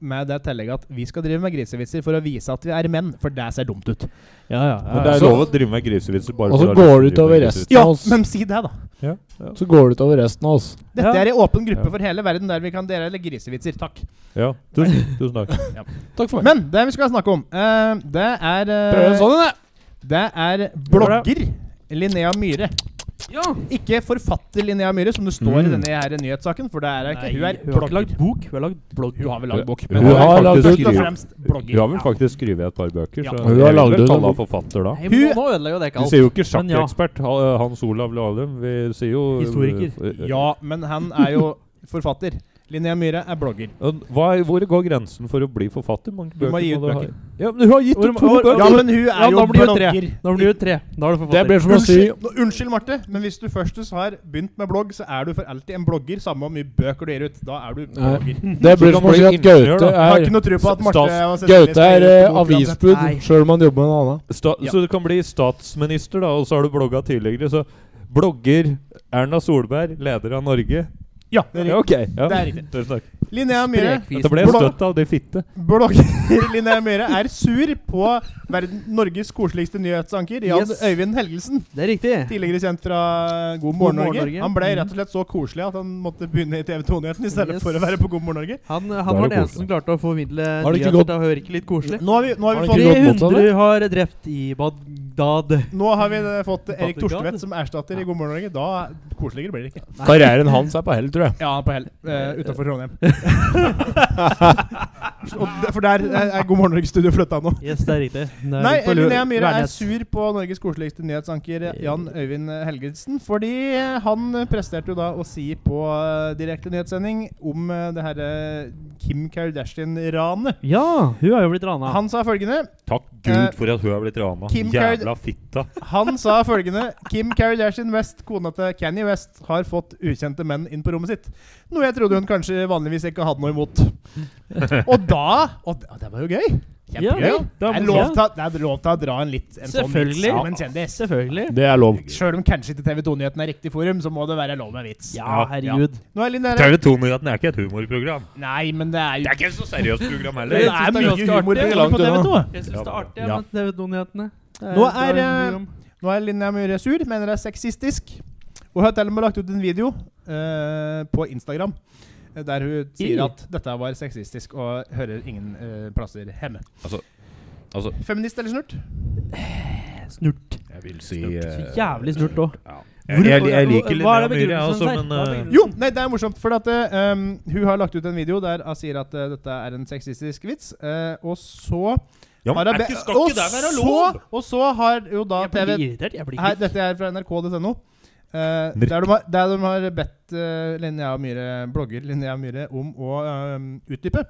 med det tillegget at vi skal drive med grisevitser for å vise at vi er menn, for det ser dumt ut. Ja, ja, Men det er lov å drive med grisevitser bare Og så for å går drive det utover med resten. grisevitser. Ja, Ja, altså. men si det, da. Ja, ja, Så går det utover resten av oss. Dette Ja. er en åpen gruppe Ja. for hele verden der vi kan dele grisevitser. Takk. ja. Tusen, tusen takk. Takk for meg. Men det vi skal snakke om, eh, det er eh, Prøv en sånn en, jeg. Det er blogger Linnea Myhre. Ja. Ikke forfatter Linnea Myhre, som det står Mm. i denne her nyhetssaken. For det er hun ikke. Hun er har ikke blogger. lagd bok, hun har lagd blogg. Hun har vel lagd bok. Hun men har er lagd først ut- og fremst blogger. Hun har vel Ja. faktisk skrevet et par bøker, Ja. så Hun har jeg vil lagd vel ut kalle en henne forfatter, da. Nei, Hun- nå ødelegger jo det ikke Vi alt. sier jo ikke Men ja. sjakkekspert, Ha- Hans Olav Lahlum. Vi sier jo eh, Historiker. Ja. Ja, men han er jo forfatter. Linnea Myhre er blogger. eh, Hva, er- hvor går grensen for å bli forfatter? Hvor mange Du må gi bøker må ut du ha? bøker. Ja, men hun har gitt Hvor- ut to hvor- bøker! Ja, men hun er Ja, jo da blir det tre. blogger. Da blir det tre. Da eh, er du Det forfatter. blir som å si Unnskyld, nå, unnskyld, Marte, men hvis du først har begynt med blogg, så er du for alltid en blogger. Samme hvor mye bøker du gir ut. Da er du Nei. blogger. Det blir Så som kan å si man at bli ingeniør, Gaute Jeg har er ikke noe tro på at Marte Stas- og Cecilie Gaute skal er gi ut eh, bok uansett. avisbud, Nei. sjøl om han jobber med en annen. Sta Ja. Så du kan bli statsminister, da, og så har du blogga tidligere. Så blogger Erna Solberg, leder av Norge. Ja, det er Ja, riktig. ok. Ja. Det er riktig. Tusen takk. Linnea Myhre Dette ble Blå- støtt av de fitte. Blogger Linnea Myhre er sur på verden, Norges koseligste nyhetsanker, Jan Yes. Øyvind Helgesen. Det er riktig. Tidligere kjent fra God morgen morgen, Norge. Norge. Mm. Han ble rett og slett så koselig at han måtte begynne i TV 2-nyheten i stedet Yes. for å være på God morgen Norge. Han, Da er han var det den eneste som klarte å formidle Har det ikke nyheter gått- til å virke litt koselig. Nå har vi, nå har vi, Har det fått, ikke gått motsatt vei? 300 har drept i Bagdad. nå har vi eh, fått Erik Patrick Gad? Torstvedt som erstatter i God morgen Norge. Da koseligere blir det ikke. da. Karrieren hans er på hell, tror jeg. Ja, på hell. Eh, Uh, Utafor Trondheim. Og de- for der eh, er er God morgen Norge-studio flytta nå. Yes, det er riktig. Det er Nei, på Eh, Lø- Linnea Myhre er Værnes. Eh, sur på Norges koseligste nyhetsanker Jan Øyvind Helgesen. Fordi han presterte jo da å si på eh, direkte nyhetssending om eh, det herre Kim Kardashian-ranet. Ja, hun har jo blitt rana. Han sa følgende Takk Eh, Gud for at hun er blitt rana. Kim Kard- Jævla fitta. Han sa følgende Kim Kardashian West, kona til Kanye West, har fått ukjente menn inn på rommet sitt. Noe jeg trodde hun kanskje vanligvis ikke hadde noe imot. Og da Og det, det var jo gøy! Kjempegøy. Ja, det, det er var lov morsomt. til, å- det er lov til å dra en litt en sånn vits Selvfølgelig. om en kjendis. Selvfølgelig. Det er lov. Sjøl om kanskje ikke TV 2-nyheten er riktig forum, så må det være lov med vits. Ja, herregud. Nå er Linn her- TV 2-nyheten er ikke et humorprogram. Nei, men det er jo Det er ikke et så seriøst program heller. Det Jeg synes er det er mye ganske humor artig. på TV 2. Jeg syns Ja, det er artig ja. med TV 2-nyhetene. Nå er, eh, Nå er Linnea Myhre sur, mener det er sexistisk. Og har til og med lagt ut en video eh, på Instagram eh, der hun sier I- at dette var sexistisk og hører ingen eh, plasser hjemme. Altså- altså- Feminist eller snurt? Mm. Snurt. Jeg vil si Så eh, jævlig snurt òg. ja. Hvor- jeg, jeg, jeg liker hva er Linnea det Myhre, jeg også, begrunnelsen her? men Hva er eh, begrunnelsen? Jo, nei, det er morsomt. For at, eh, um, hun har lagt ut en video der hun sier at eh, dette er en sexistisk vits. eh, og så ja, men har hun er be- ikke, Skal ikke det være lov? Så, og så har jo da Jeg TV blir irritert. Jeg blir Her, ikke dette er fra nrk.no. eh, Nrk. der, de har, der de har bedt eh, Linnea Myhre, blogger Linnea Myhre om å eh, utdype.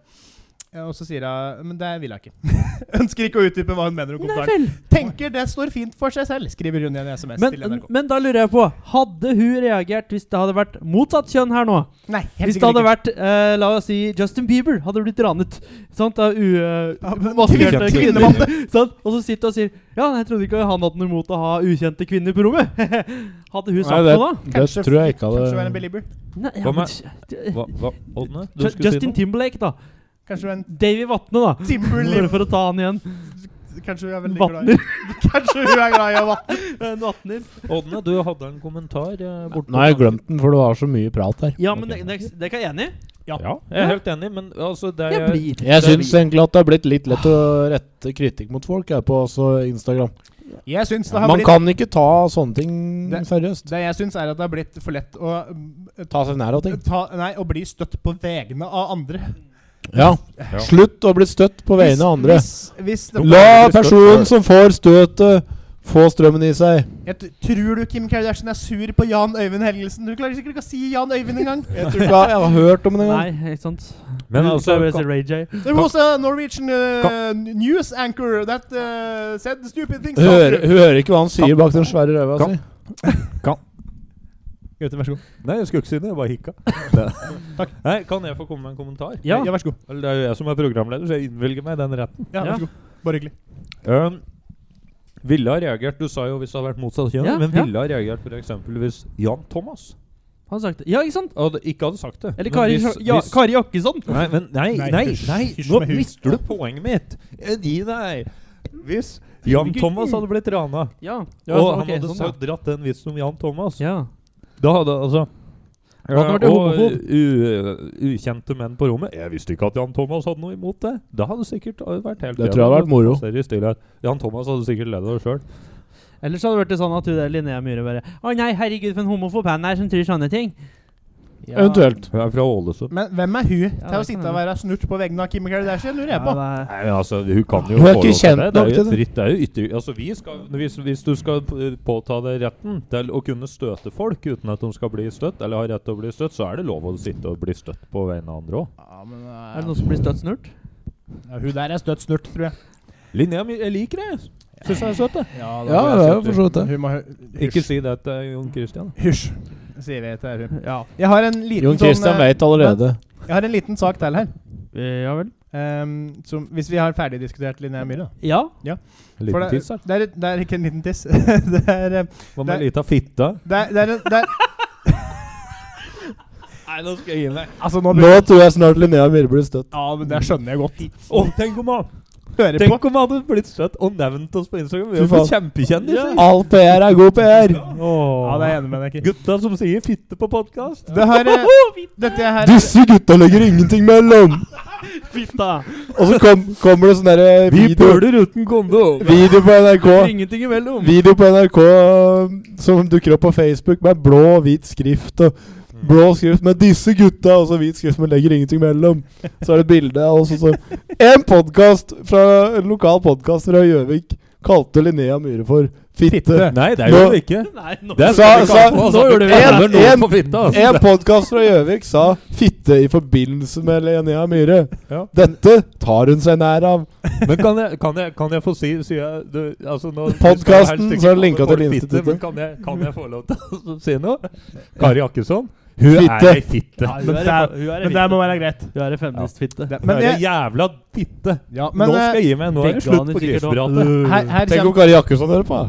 Eh, og så sier hun Men det vil jeg ikke. Ønsker ikke å utdype hva hun mener om kommentaren. vel. Tenker det står fint for seg selv, skriver hun i en SMS til Men, NRK. men da lurer jeg på Hadde hun reagert hvis det hadde vært motsatt kjønn her nå? Nei, helt Hvis det sikkert hadde ikke. vært eh, la oss si Justin Bieber, hadde blitt ranet. Sant? Av u... Ja, men- maskerte Kvinne- kvinner. Sant? Og så sitter og sier Ja, nei, jeg trodde ikke han hadde noe imot å ha ukjente kvinner på rommet. hadde hun sagt det, noe da? det Kanskje- tror jeg ikke Kanskje være en hadde belieber. Nei, ja, Hva men, Hva, hva, Ådne? Du Ju- skulle si Justin noe? Timberlake, da. Kanskje være en Davy Vatne, da. Bare Timberlip. for å ta han igjen. Kanskje hun er veldig glad i Vatner. Kanskje hun er glad i å vatne. En Eh, vatner. Ådne, du hadde en kommentar eh, borte. Nei, jeg glemte den, for det var så mye prat her. Ja, men det, det, det kan jeg enig i. Ja, jeg er helt enig, men altså det Jeg er blir Jeg syns egentlig at det har blitt litt lett å rette kritikk mot folk her på altså Instagram. Jeg syns det har Man blitt kan ikke ta sånne ting Det- seriøst. Det jeg syns, er at det har blitt for lett å mm, Ta seg nær av ting. ta, Nei, å bli støtt på vegne av andre. Ja. Slutt å bli støtt på vegne av andre. Hvis, hvis, hvis det, La personen som får støtet, få strømmen i seg. jeg t- tror du Kim Kardashian er sur på Jan Øyvind Helgelsen? Du klarer sikkert ikke å si Jan Øyvind engang. Jeg tror ikke jeg har hørt om det engang. Nei, ikke sant. Men Du- altså du er kan, Ray J. There was a Norwegian uh, news anchor that uh, said stupid things. Hun hører, hun hører ikke hva han sier bak den svære altså. ræva si. Gaute, vær så god. Nei, jeg skulle ikke si det. Jeg bare hikka. Nei, kan jeg få komme med en kommentar? Ja. ja, vær så god. Eller Det er jo jeg som er programleder, så jeg innvilger meg den retten. Ja, Ja. vær så god. Bare hyggelig. Um, ville ha reagert Du sa jo hvis det hadde vært motsatt kjønn, Ja, men ja. ville ha reagert f.eks. hvis Jan Thomas Han sagt det. Ja, ikke sant? hadde, ikke hadde sagt det. Eller Men Kari, hvis- ja, hvis- Kari Jakkesson. Nei, men nei, Nei, nei, nei, hysj, hysj nå med hus. mister du poenget mitt! Jeg Gi deg! Hvis Jan Thomas hadde blitt rana, Ja. og så- han ok, hadde sånn, sagt, dratt den vitsen om Jan Thomas, ja. da hadde altså hadde Eh, vært og u, eh, ukjente menn på rommet Jeg visste ikke at Jan Thomas hadde noe imot det. Da hadde det sikkert eh, vært helt Det tror jeg hadde vært moro. Seriøst, stille. Jan Thomas hadde sikkert ledd av det sjøl. ja. Ellers hadde det vært sånn at hun der Linnea Myhre bare Å nei, herregud, for en homofob han er som tror sånne ting. Ja. Eventuelt. Hun er fra Ålesund. Men hvem er hun det til å kan sitte hende. og være snurt på vegne av Kim Kardashian? Lurer Ja, jeg på. det er- Nei, men altså, Hun kan jo Hun er ikke forholde seg kjent til det. Det er nok jo til et det. fritt det er jo ytter, altså, vi skal, hvis, hvis du skal p- påta deg retten til å kunne støte folk uten at de skal bli støtt, eller har rett til å bli støtt, så er det lov å sitte og bli støtt på vegne av andre òg. Ja, men, eh, Er det noen som blir støtt snurt? ja, hun der er støtt snurt, tror jeg. Linnea, mi- jeg liker det. Syns jeg er søt, jeg. Ja, Ja, det er jo for så vidt det. Hun må hø- Ikke si det til Jon Christian. Hysj, sier vi til hun. Ja. Jeg har en liten Jon Christian sånn, eh, veit allerede. Jeg har en liten sak til her. Eh, Ja vel. Ehm, som, hvis vi har ferdigdiskutert Linnea Myhre, da. Ja. En For Liten det- tiss her. Det er, det er ikke en liten tiss. det, er, eh, Hva det med er- ei lita fitte? det, er, det, er, en- det er Nei, nå skal jeg gi meg. Altså, nå Nå tror jeg snart Linnea Myhre blir støtt. Ja, men det skjønner jeg godt. Å, tenk om han Hører på. Tenk om han hadde blitt støtt og nevnt oss på Instagram. Vi Fy hadde blitt faen. kjempekjendiser. All PR er god PR! Ja, det er jeg enig med deg ikke. Gutta som sier 'fitte' på podkast. Det har eh, Dette her er Disse gutta legger ingenting mellom! Fitta. Og så kom, kommer det sånn derre Vi video, puler uten kondom. video på NRK Ingenting imellom. Video på NRK eh, som dukker opp på Facebook med blå og hvit skrift. Og blå skrift med 'disse gutta' og så hvit skrift med 'legger ingenting mellom'. Så er det bilde av oss, og så En podkast fra en lokal podkast fra Gjøvik kalte Linnea Myhre for fitte. Nei, det Nå- gjorde vi ikke. Nei, nå Det er Sa- vi altså. ikke sa- har på oss, nå at gjorde du vi det. nevner noen En- på fitta, altså. En podkast fra Gjøvik sa 'fitte' i forbindelse med Linnea Myhre. Ja. Dette tar hun seg nær av. Men kan jeg, kan jeg, kan jeg få si, sier jeg du, altså nå, Podcasten, skal jeg helst ikke så er det kalle linka til folk fitte, instituttet. Men kan jeg, kan jeg få lov til å si noe? Kari Akkesson, hun Fitte. er ei fitte. Ja, Hun hun Men er det- en- hun er en Men det her må være greit. fitte. Hun er en feministfitte. Det- er Men, ei jeg, jævla fitte. ja, men nå eh, skal jeg gi meg. Nå er det slutt Veganer på sikkert også. grisepratet. her, her Tenk om kommer Kari Jakkesson hører på.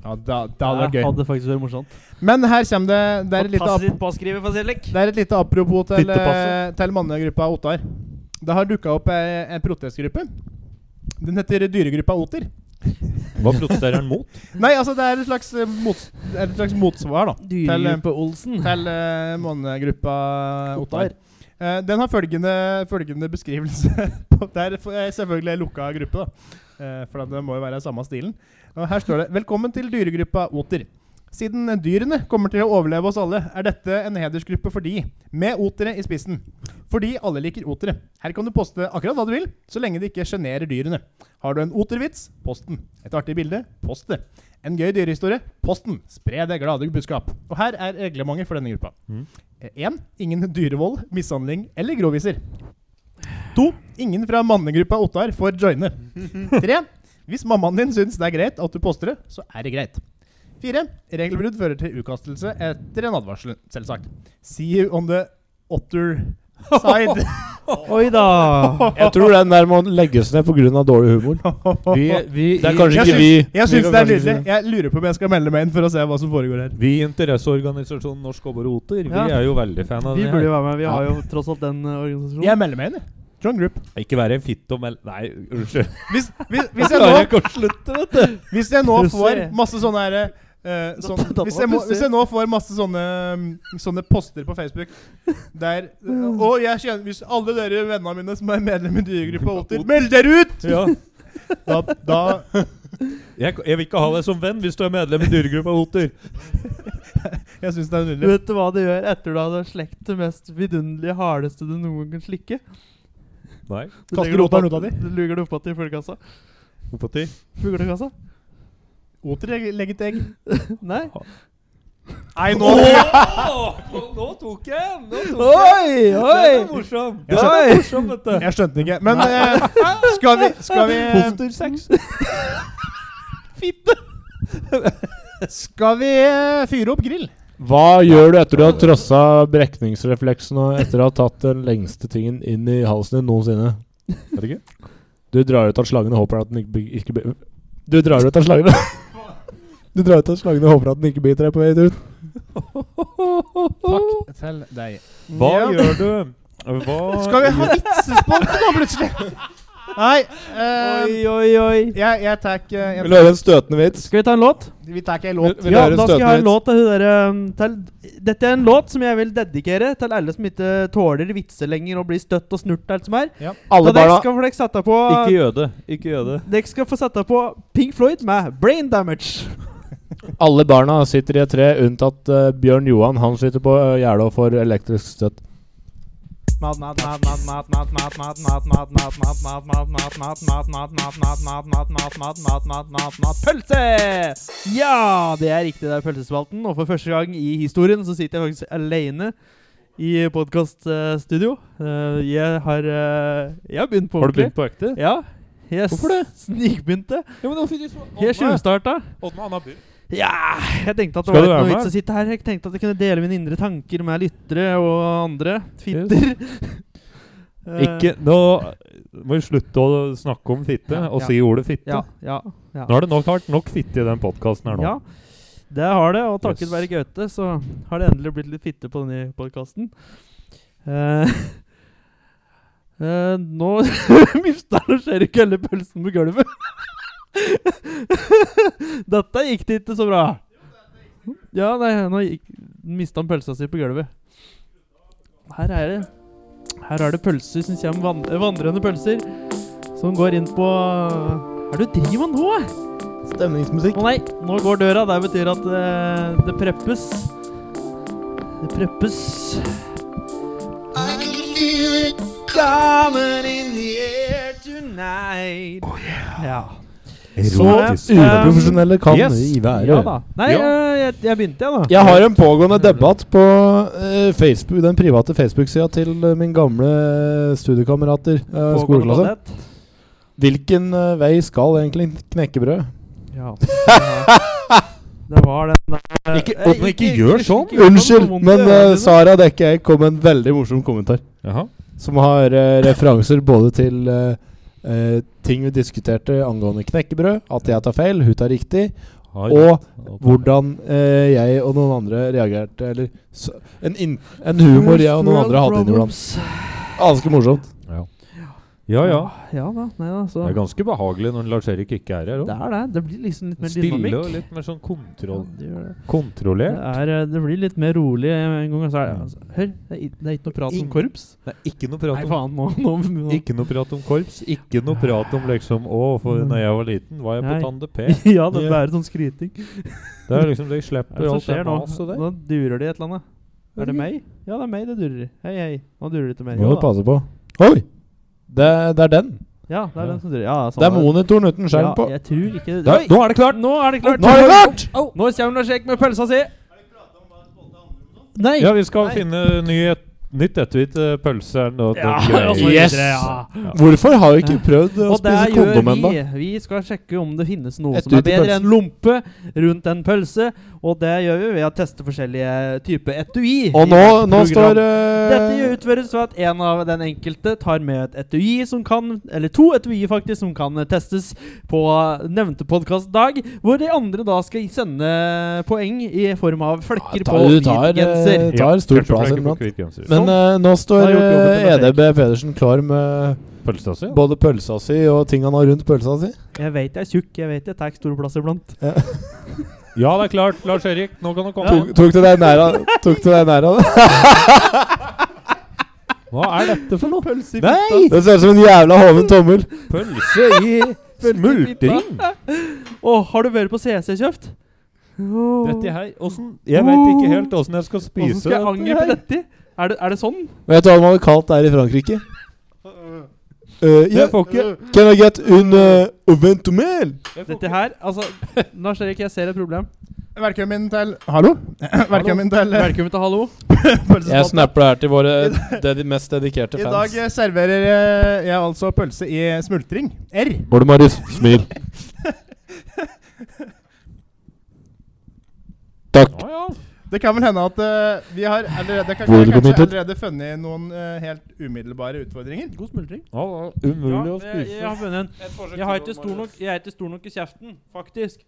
Ja, da- det hadde vært Det gøy. hadde faktisk vært morsomt. Men her kommer det Det er et lite, ap påskrive for Selek. det er et lite apropos til, eh, Fittepasset. til mannegruppa Ottar. eh, Det har dukka opp ei ei protestgruppe. Den heter Dyregruppa Oter. Hva protesterer han mot? Nei, altså, det er et slags, eh, mots det er et slags motsvar, da. Til, eh, Dyrehjelpe Olsen. til eh, månegruppa Ottar. Ottar. Eh, den har følgende, følgende beskrivelse. på- det er for- eh, selvfølgelig en lukka gruppe, da. Eh, for det må jo være samme stilen. Og her står det 'Velkommen til dyregruppa Oter'. Siden dyrene kommer til å overleve oss alle, er dette en hedersgruppe for de, med otere i spissen. Fordi alle liker otere. Her kan du poste akkurat hva du vil, så lenge det ikke sjenerer dyrene. Har du en otervits? Post den. Et artig bilde? Post det. En gøy dyrehistorie? Post den. Spre det glade budskap. Og her er reglementet for denne gruppa. Mm. 1. Ingen dyrevold, mishandling eller groviser. 2. Ingen fra mannegruppa Ottar får joine. 3. Hvis mammaen din syns det er greit at du poster det, så er det greit. 4. Regelbrudd fører til utkastelse etter en advarsel, selvsagt. See you on the otter side. Oi da! Jeg tror den der må legges ned pga. dårlig humor. Vi, det er kanskje Jeg ikke syns, vi jeg vi syns kan det er kanskje ikke nydelig. Jeg lurer på om jeg skal melde meg inn for å se hva som foregår her. Vi i interesseorganisasjonen Norsk Obber og Oter Ja. Vi er jo veldig fan av Vi det burde jo her. være med. Vi har jo tross alt den eh, organisasjonen. Jeg melder meg inn, jeg. Join group. Ikke være en fitte og mel... Nei, unnskyld. Hvis, hvis, hvis, jeg Klarer jeg nå, ikke å slutte, vet du. hvis jeg nå Pussy. får masse sånne her, eh, sånn, Da- da hvis, var jeg må, pussy. hvis jeg nå får masse sånne, mm, sånne poster på Facebook der eh, Og jeg kjenner Hvis alle dere vennene mine som er medlem i dyregruppa Otter, meld dere ut! Ja. Da, da Jeg, jeg vil ikke ha deg som venn hvis du er medlem i dyregruppa Oter. Jeg syns det er nydelig. Vet du hva det gjør etter du hadde slekt det mest vidunderlige, hardeste du noen kan slikke? Nei. Du Kaster legger det opp rotaren att- ut av Du luger det oppå til fuglekassa. Oppåti. Fuglekassa? Otter legger legger et egg. Nei. Nei, nå nå tok jeg den! Nå Oi, Den er oi! morsom. Jeg Den er morsom, vet du. Jeg skjønte ikke. Men eh, skal vi, skal vi eh, Fostersex. Fitte! Skal vi eh, fyre opp grill? Hva gjør du etter du har trossa brekningsrefleksen og etter å ha tatt den lengste tingen inn i halsen din noensinne? Er det ikke? Du drar ut av slangen og håper at den ikke, bi- ikke bi- Du drar ut av slangen Du drar ut av slangen og håper at den ikke biter deg på vei ut. Takk til deg. Hva Ja. gjør du? Hå, Skal vi ha vitsespalte nå, plutselig? Nei. eh, Oi, oi, oi. jeg, jeg tar ikke jeg Vil du høre en støtende vits? Skal vi ta en låt? tar- Vi tar ikke en låt. Vil du Ja, høre en da skal jeg ha en støtende låt til hun derre um, til, Dette er en låt som jeg vil dedikere til alle som ikke tåler vitser lenger og blir støtt og snurt og alt som er. vits? Alle Da dere barna skal få dere sette på Ikke jøde. Ikke jøde. Dere skal få sette på Pink Floyd med 'Brain Damage'. Alle barna sitter i et tre, unntatt eh, Bjørn Johan. Han sitter på uh, gjerdet og får elektrisk støtt. Mat, mat, mat, mat, mat, mat, mat, mat, mat, mat, mat, mat, mat, mat, mat, mat, mat, mat, mat, mat, mat, mat, mat, mat, mat, mat, mat, pølse! Ja, det er riktig, det er pølsespalten. Og for første gang i historien så sitter jeg faktisk alene i podkaststudio. Jeg har eh, Jeg har begynt på Har du begynt på økte? Ja. Jeg Hvorfor det? s- Snikbegynte. Ja, men nå fikk du Jeg tjuvstarta. Oddmann har begynt. Ja, jeg tenkte at det Skal var du ikke være noe med? vits å sitte her. Jeg tenkte at jeg kunne dele mine indre tanker med lyttere og andre fitter. Eh, Ikke Nå må vi slutte å snakke om fitte, Ja, og ja. si ordet fitte. Ja, ja, ja. Nå har det nok vært nok fitte i den podkasten her nå. ja. Det har det, og takket Yes. være Gaute så har det endelig blitt litt fitte på denne podkasten. Eh, eh, nå mista han og skjærer ikke hele pølsen på gulvet. Dette gikk det ikke så bra. Ja, nei, nå mista han pølsa si på gulvet. Her er det Her er det pølser som kommer van eh, vandrende pølser, som går inn på Hva er det du driver med nå? Stemningsmusikk. Å nei, nå går døra. Det betyr at eh, det preppes. Det preppes. Oh, Ja. Så eh, Erotisk. uprofesjonelle kan Yes. vi være. ja da. Nei, Ja. eh, jeg, jeg begynte, jeg, da. Jeg har en pågående debatt på eh, Facebook, den private Facebook-sida til eh, min gamle studiekamerater. eh, På skoleklasse. Kolonett. Hvilken eh, vei skal egentlig knekkebrød? Ja. Ja. Det var den der Ikke- Eh, ikke gjør sånn. ikke gjør Unnskyld, det er vondt i men ørene eh, dine. Sara Dekke kom med en veldig morsom kommentar. Jaha. Som har eh, referanser både til eh, eh, ting vi diskuterte angående knekkebrød, at jeg tar feil, hun tar riktig, Har- og hvordan eh, jeg og noen andre reagerte. Eller så, en, inn- en humor jeg og noen andre hadde inniblant. Ganske morsomt. Ja. Ja, ja. Ja da. Nei da, så Det er ganske behagelig når Lars Erik ikke er her Det òg. er det. Det blir liksom litt mer Stille dynamikk. og litt mer sånn Ja, kontroll det gjør det. Det, kontrollert. er, eh, det blir litt mer rolig en gang. og Så er, det- altså, hør, det er, i- det er ikke noe prat om Ingen- korps. Det er ikke noe prat Nei, om faen, nå, nå, nå. Ikke noe prat om korps. Ikke noe prat om liksom Å, for når jeg var liten, var jeg på Nei. Tande P. Ja, det er bare sånn skryting. Det er liksom De Hva er slipper det som alt det skjer nå? maset der. Nå durer det i et eller annet. Er det Ok. meg? Ja, det er meg det durer i. Hei, hei. Nå durer det til meg. Må Ja, da. du passe på. Oi! Det, det er den. ja det er den som durer. Ja, Det er monitoren uten skjerm på. Ja, jeg tror ikke det. Da- Oi! nå er det klart! Nå er det klart! Nå er det klart! Au! Nå kommer Lars Erik med pølsa si. Nei! Ja, vi skal finne nyhet, nytt etterhvitt eh, pølse her nå. Ja, tenker jeg. og så videre, Yes! ja. Hvorfor har vi ikke prøvd å Og det spise gjør kondom ennå? vi. Vi skal sjekke om det finnes noe Et som er ut i bedre pølsen. enn lompe rundt en pølse. Og det gjør vi ved å teste forskjellige typer etui. Og i nå, vårt nå program. står eh, Dette utføres ved at en av den enkelte tar med et etui som kan Eller to etui faktisk som kan testes på nevnte podkastdag, hvor de andre da skal sende poeng i form av flekker tar, på du hvit tar, genser. eh, tar stor Kanskje vi plass flekker på iblant. hvit genser. Men eh, Da nå står har jeg gjort jobben eh, til Lars Erik. EDB Pedersen klar med Pølsa si? både pølsa si og ting han har rundt pølsa si. Jeg vet jeg er tjukk, jeg vet jeg tar store plasser iblant. Ja, det er klart. Lars Erik, nå kan du komme. Tok, tok du deg nær av tok du deg nær av det? Hva er dette for noe? Pølse Nei! Det ser ut som en jævla hoven tommel. Pølse i smultring? Å, har du vært på E CC kjøpt? Dette her åssen- Jeg veit ikke helt åssen jeg skal spise Hvordan skal jeg dette angripe her. dette? Er det, er det sånn? Vet du hva de hadde kalt det her i Frankrike? Uh, yeah, Jeg får ikke can I get un uh, oventomel? Dette her Altså, Lars Erik, jeg ser et problem. Velkommen til Hallo? Velkommen til eh, Velkommen til Hallo. Jeg pølsespalten. snapper det her til våre dedi mest dedikerte I fans. dag eh, serverer eh, jeg altså pølse i smultring. R. Bård Marius, smil. Takk. Å ja. Det kan vel hende at eh, vi har allerede, det kan, Hvor kanskje benyttet? allerede funnet noen eh, helt umiddelbare utfordringer. God smultring. Ja, det er Umulig å jeg, jeg spise. har funnet en. Jeg, har ikke stor nok, jeg er ikke stor nok i kjeften, faktisk.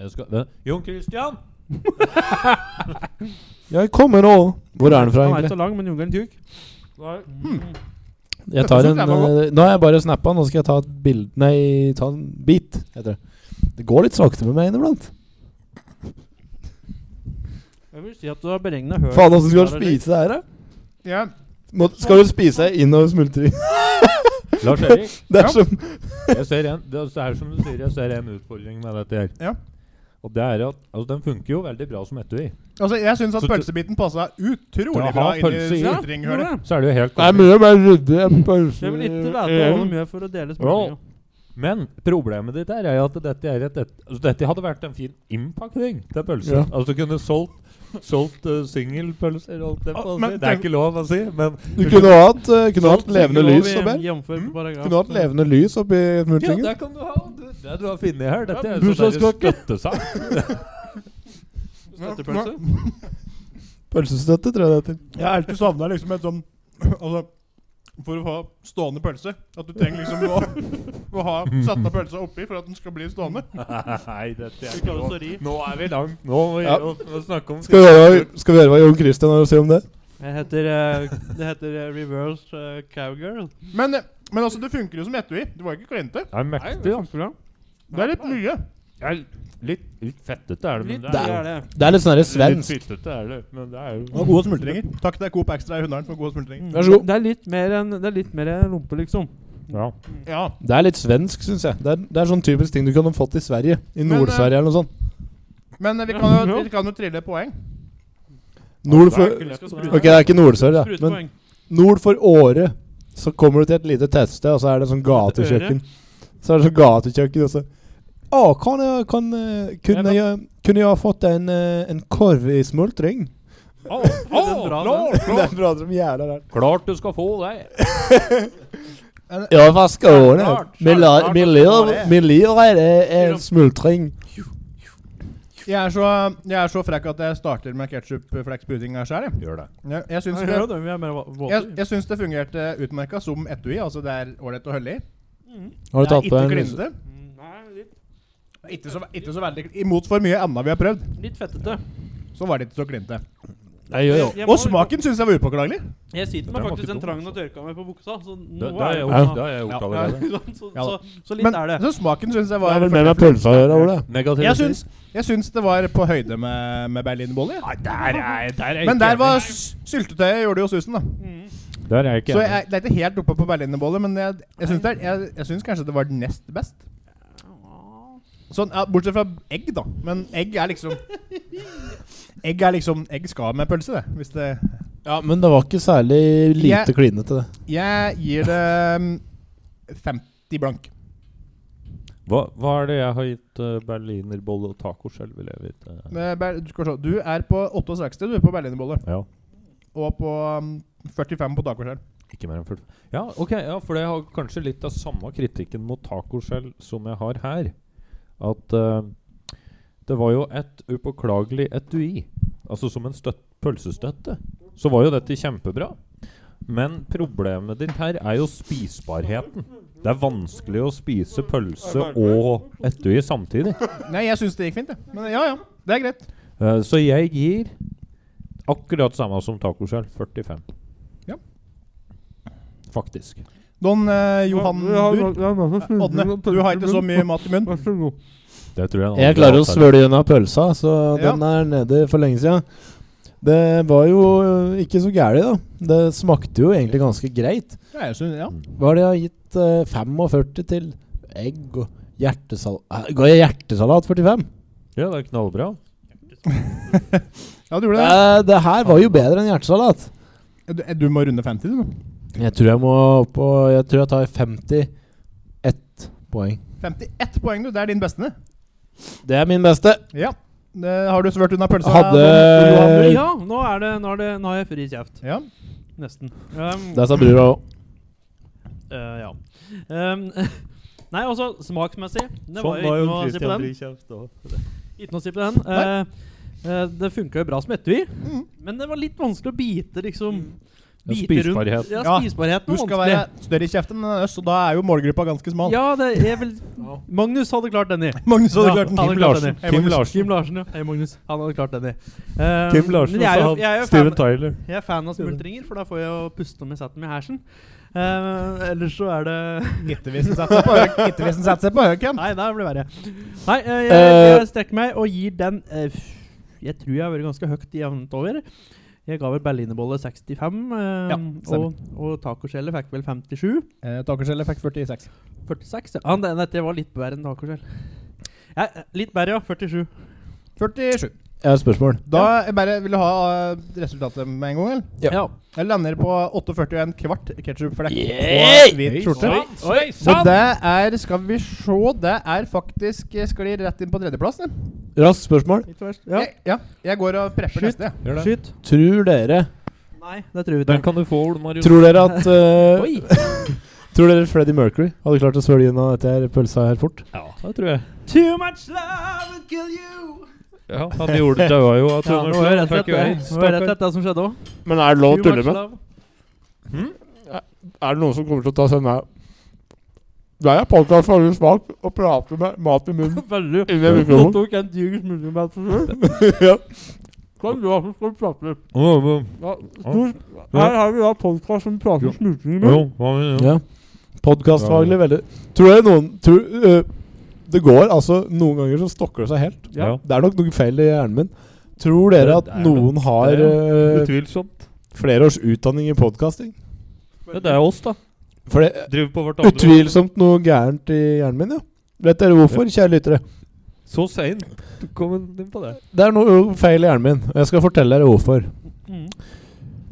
Jeg skal, det. Jon Christian! Jeg kommer nå. Hvor er den fra, Han er ikke egentlig? så lang, men jungelen tjukk. Jeg tar Dette en, synes jeg var eh, nå har jeg bare snappa, nå skal jeg ta et bilde Nei, ta en bit, heter det. Det går litt sakte med meg inniblant. Jeg vil si at du har beregna høl. Faen, åssen skal du spise det her, da? Ja. Må, skal du spise deg innover smultring? Lars Erik, Det er som jeg ser en, det er- det er som du sier, jeg ser en utfordring med dette her. Ja. Og det er at altså, Den funker jo veldig bra som etui. Altså, jeg syns at Så du- pølsebiten passa utrolig Ja, bra ha inn i pølse i. smultringhølet. Så er det jo helt Det er mye mer ryddig enn pølse. Jeg vil ikke vite hva de gjør for å dele smultringa. Men problemet ditt her er jo at dette, er et, et, altså dette hadde vært en fin innpakning til pølser. Ja. Altså du kunne solgt, solgt uh, singelpølser og alt det. Ah, på å men si. det er tenk- ikke lov å si, men Du kunne hatt, eh, kunne hatt levende lys Hmm? oppi her. Kunne hatt her. levende lys oppi ja, smultringen. det kan du ha. Du, det du har funnet her, dette er jo sånn der bursdagskake. støttesak. Støttepølse? Pølsestøtte, tror jeg det heter. Jeg har alltid savna liksom et sånn Altså, for å ha stående pølse At du trenger liksom å, å ha satt av pølsa oppi for at den skal bli stående. Nei, dette er Du ikke klarer lov. å ri. Nå er vi langt. Nå må vi Ja. å- å snakke om Skal vi høre, hva- skal vi høre hva Jon Christian har å si om det? Jeg heter, eh, det heter eh, reverse eh, cowgirl. Men, men altså, det funker jo som etui. Det var ikke klinte. Det er mektig, da. Det er litt mye. Det er litt, litt fettete, er det, men Litt det er er det. Det er litt sånn Litt svensk. fittete er det, men det er jo Og gode smultringer. Takk til Coop Extra i Hunndalen for gode smultringer. Vær så god. Det er litt mer enn det er litt mer enn lompe, liksom. Ja. Ja. Det er litt svensk, syns jeg. Det er, det er sånn typisk ting du kunne fått i Sverige. I Men, eh, Nord-Sverige eller noe sånt. Men eh, vi kan jo, vi kan jo trille poeng. Nord for, Det er ikke lett å sprute. ok, det er ikke Nord-Sverige, da. Men Sprutepoeng. nord for Åre så kommer du til et lite tettsted, og så er det sånn gatekjøkken. Så er det sånn gatekjøkken, og så Å, kan jeg, kan, eh, Ja, da- kunne, jeg, kunne jeg ha fått en, eh, en korv i smultring? Å, å, Den drar klart, Det er bra som jævla rart. klart du skal få det! Ja, hva skal det? Klart, Min klart, liv- livreid er smultring. Jeg er så, jeg er så frekk at jeg starter med ketsjup-flekspuddinga sjøl, jeg. Gjør det. Jeg, jeg, syns Jeg det, hører det, vi er mer vå- jeg, våte. jeg syns det fungerte utmerka som etui. Altså, det er ålreit å holde i. Har du Det er tatt på ikke en klinte. Mm, Nei, litt, Ikke så, ikke så veldig Imot for mye annet vi har prøvd, litt fettete. så var det ikke så klinte. Jeg gjør jo. Jeg må- Og smaken syns jeg var upåklagelig. Jeg sitter Den med var faktisk ikke en dum, trang og tørka meg på buksa, så Det, noe det har er jeg det. gjort, det har jeg gjort Ja, allerede. så, Ja så, da. så litt Men er det. så smaken syns jeg Det var er vel mer med pølsa å gjøre, Ole. Negativ Jeg syns, jeg syns det var på høyde med, med berlinerbolle. Ja. Der er, der er Men der var s- syltetøyet gjorde jo susen, da. Mm. Der er jeg ikke Så enig. jeg, det er ikke helt oppe på berlinerbolle, men jeg, jeg syns det er- jeg, jeg syns kanskje det var den nest best. Sånn, ja, Bortsett fra egg, da. Men egg er liksom Egg er liksom Egg skal med pølse, det. Hvis det Ja, men det var ikke særlig lite Jeg- klinete, det. Jeg gir det mm, 50 blank. Hva, hva er det jeg har gitt eh, berlinerbolle og taco selv, vil jeg vite? Eh, Ber- skal vi se, Du er på 68 du, på berlinerbolle. Ja, Og på mm, 45 på tacoskjell. ikke mer enn 40. Ja, ok, ja, for jeg har kanskje litt av samme kritikken mot tacoskjell som jeg har her. At eh, det var jo et upåklagelig etui. Altså som en støtt, pølsestøtte. Så var jo dette kjempebra. Men problemet ditt her er jo spisbarheten. Det er vanskelig å spise pølse og etui samtidig. Nei, jeg syns det gikk fint, jeg. Men ja, ja. Det er greit. Eh, Så jeg gir akkurat samme som tacoskjell. 45. Ja. Faktisk. Don eh, Johan Bur. Odne, du har ikke så mye mat i munnen. Det tror jeg. Jeg klarer å svølge unna pølsa, så den er nede for lenge siden. Det var jo øh, ikke så gærent, da. Det smakte jo egentlig ganske greit. Ja, jeg synes, ja. Hva har de har gitt eh, 45 til? Egg og hjertesalat Eh, Ga jeg hjertesalat 45? Ja, det er knallbra. ja, du gjorde det. Eh, det her var jo bedre enn hjertesalat. Du, eh, du må runde 50, du nå. Jeg tror jeg må opp på Jeg tror jeg tar 51 poeng. 51 poeng, du. Det er din beste. det. Det er min beste. Ja. Det, har du svørt unna pølsa? Hadde Don Johan Bur? Ja, nå er det Nå, er det, nå har jeg fri kjeft. Ja. Nesten. Um, Der sa brura òg. eh, ja. Um, nei, altså, smaksmessig Sånn Det var jo ikke noe å si på den. Ikke noe å si på den. Eh, eh, det funka jo bra som etui, men det var litt vanskelig å bite, liksom. Ja, Bite rundt- spisbarhet. Ja, Ja, spisbarheten Du var skal vanskelig. være større i kjeften enn oss, og da er jo målgruppa ganske smal. Ja, det er vel Magnus hadde klart den i. Magnus hadde klart Ja, den. han hadde Kim klart Larsen. den i. Kim Magnus. Larsen. Kim Larsen, ja. Hei, Magnus. Han hadde klart den i. Eh, Kim Larsen men jeg er jo- og jeg er jo Steven fan- Tyler. Jeg er fan av smultringer, for da får jeg jo puste med setten med hersen. Eh, ellers så er det Gittevisen setter seg på høy- Gittevisen setter seg på høyken. Nei, det blir verre. Nei, eh, jeg, jeg strekker meg og gir den eh, f- Jeg tror jeg har vært ganske høyt jevnt over. Jeg ga vel berlinerbolle 65, eh, Ja, og, stemmer. og tacoskjellet fikk vel 57. Eh, Tacoskjellet fikk 46. 46, ja. ja. det- Dette var litt bedre enn tacoskjell. Ja, eh, litt bedre, ja. 47. 47. Jeg har et spørsmål. Da jeg bare Vil du ha eh, resultatet med en gang, eller? Ja. Jeg lander på 48 og en kvart ketsjupflekk Yeah! på hvit skjorte. Oi, Så det er Skal vi se Det er faktisk eh, Sklir rett inn på tredjeplass. det. Raskt spørsmål. Litt verst. Ja. Jeg, ja. jeg går og prepper Skyt. neste. jeg. Gjør det. Skyt. Tror dere Nei, det tror vi Den ikke. kan du få, Ole Marius. Tror dere at eh, Oi! Tror dere Freddie Mercury hadde klart å svølge unna dette her pølsa her fort? Ja, det tror jeg. Too much love will kill you. Ja, han gjorde det. Det var jo at Ja, nå er det rett og slett det. Nå er det rett og slett det som skjedde òg. Men er det lov Too much love. Hm? Er det noen som kommer til å ta seg nær Det er podkast for alle smak å prate med mat i munnen Veldig. inni Nå tok en dyr smultring med for seg. Kan du ha så skal vi prate? Ja, stor- Her har vi da podkast som prater om smultring med. Ja. Podkastfaglig veldig Tror dere noen tror, øh, Det går altså Noen ganger så stokker det seg helt. Ja. Det er nok noen feil i hjernen min. Tror dere at Det er noen har Eh, øh, Utvilsomt. flere års utdanning i podkasting? Ja, det er oss, da. For det Driver på hvert er andre utvilsomt noe gærent i hjernen min, ja. Vet dere hvorfor, kjære lyttere? Så seint kom han inn på det. Det er noe feil i hjernen min, og jeg skal fortelle dere hvorfor. Mm.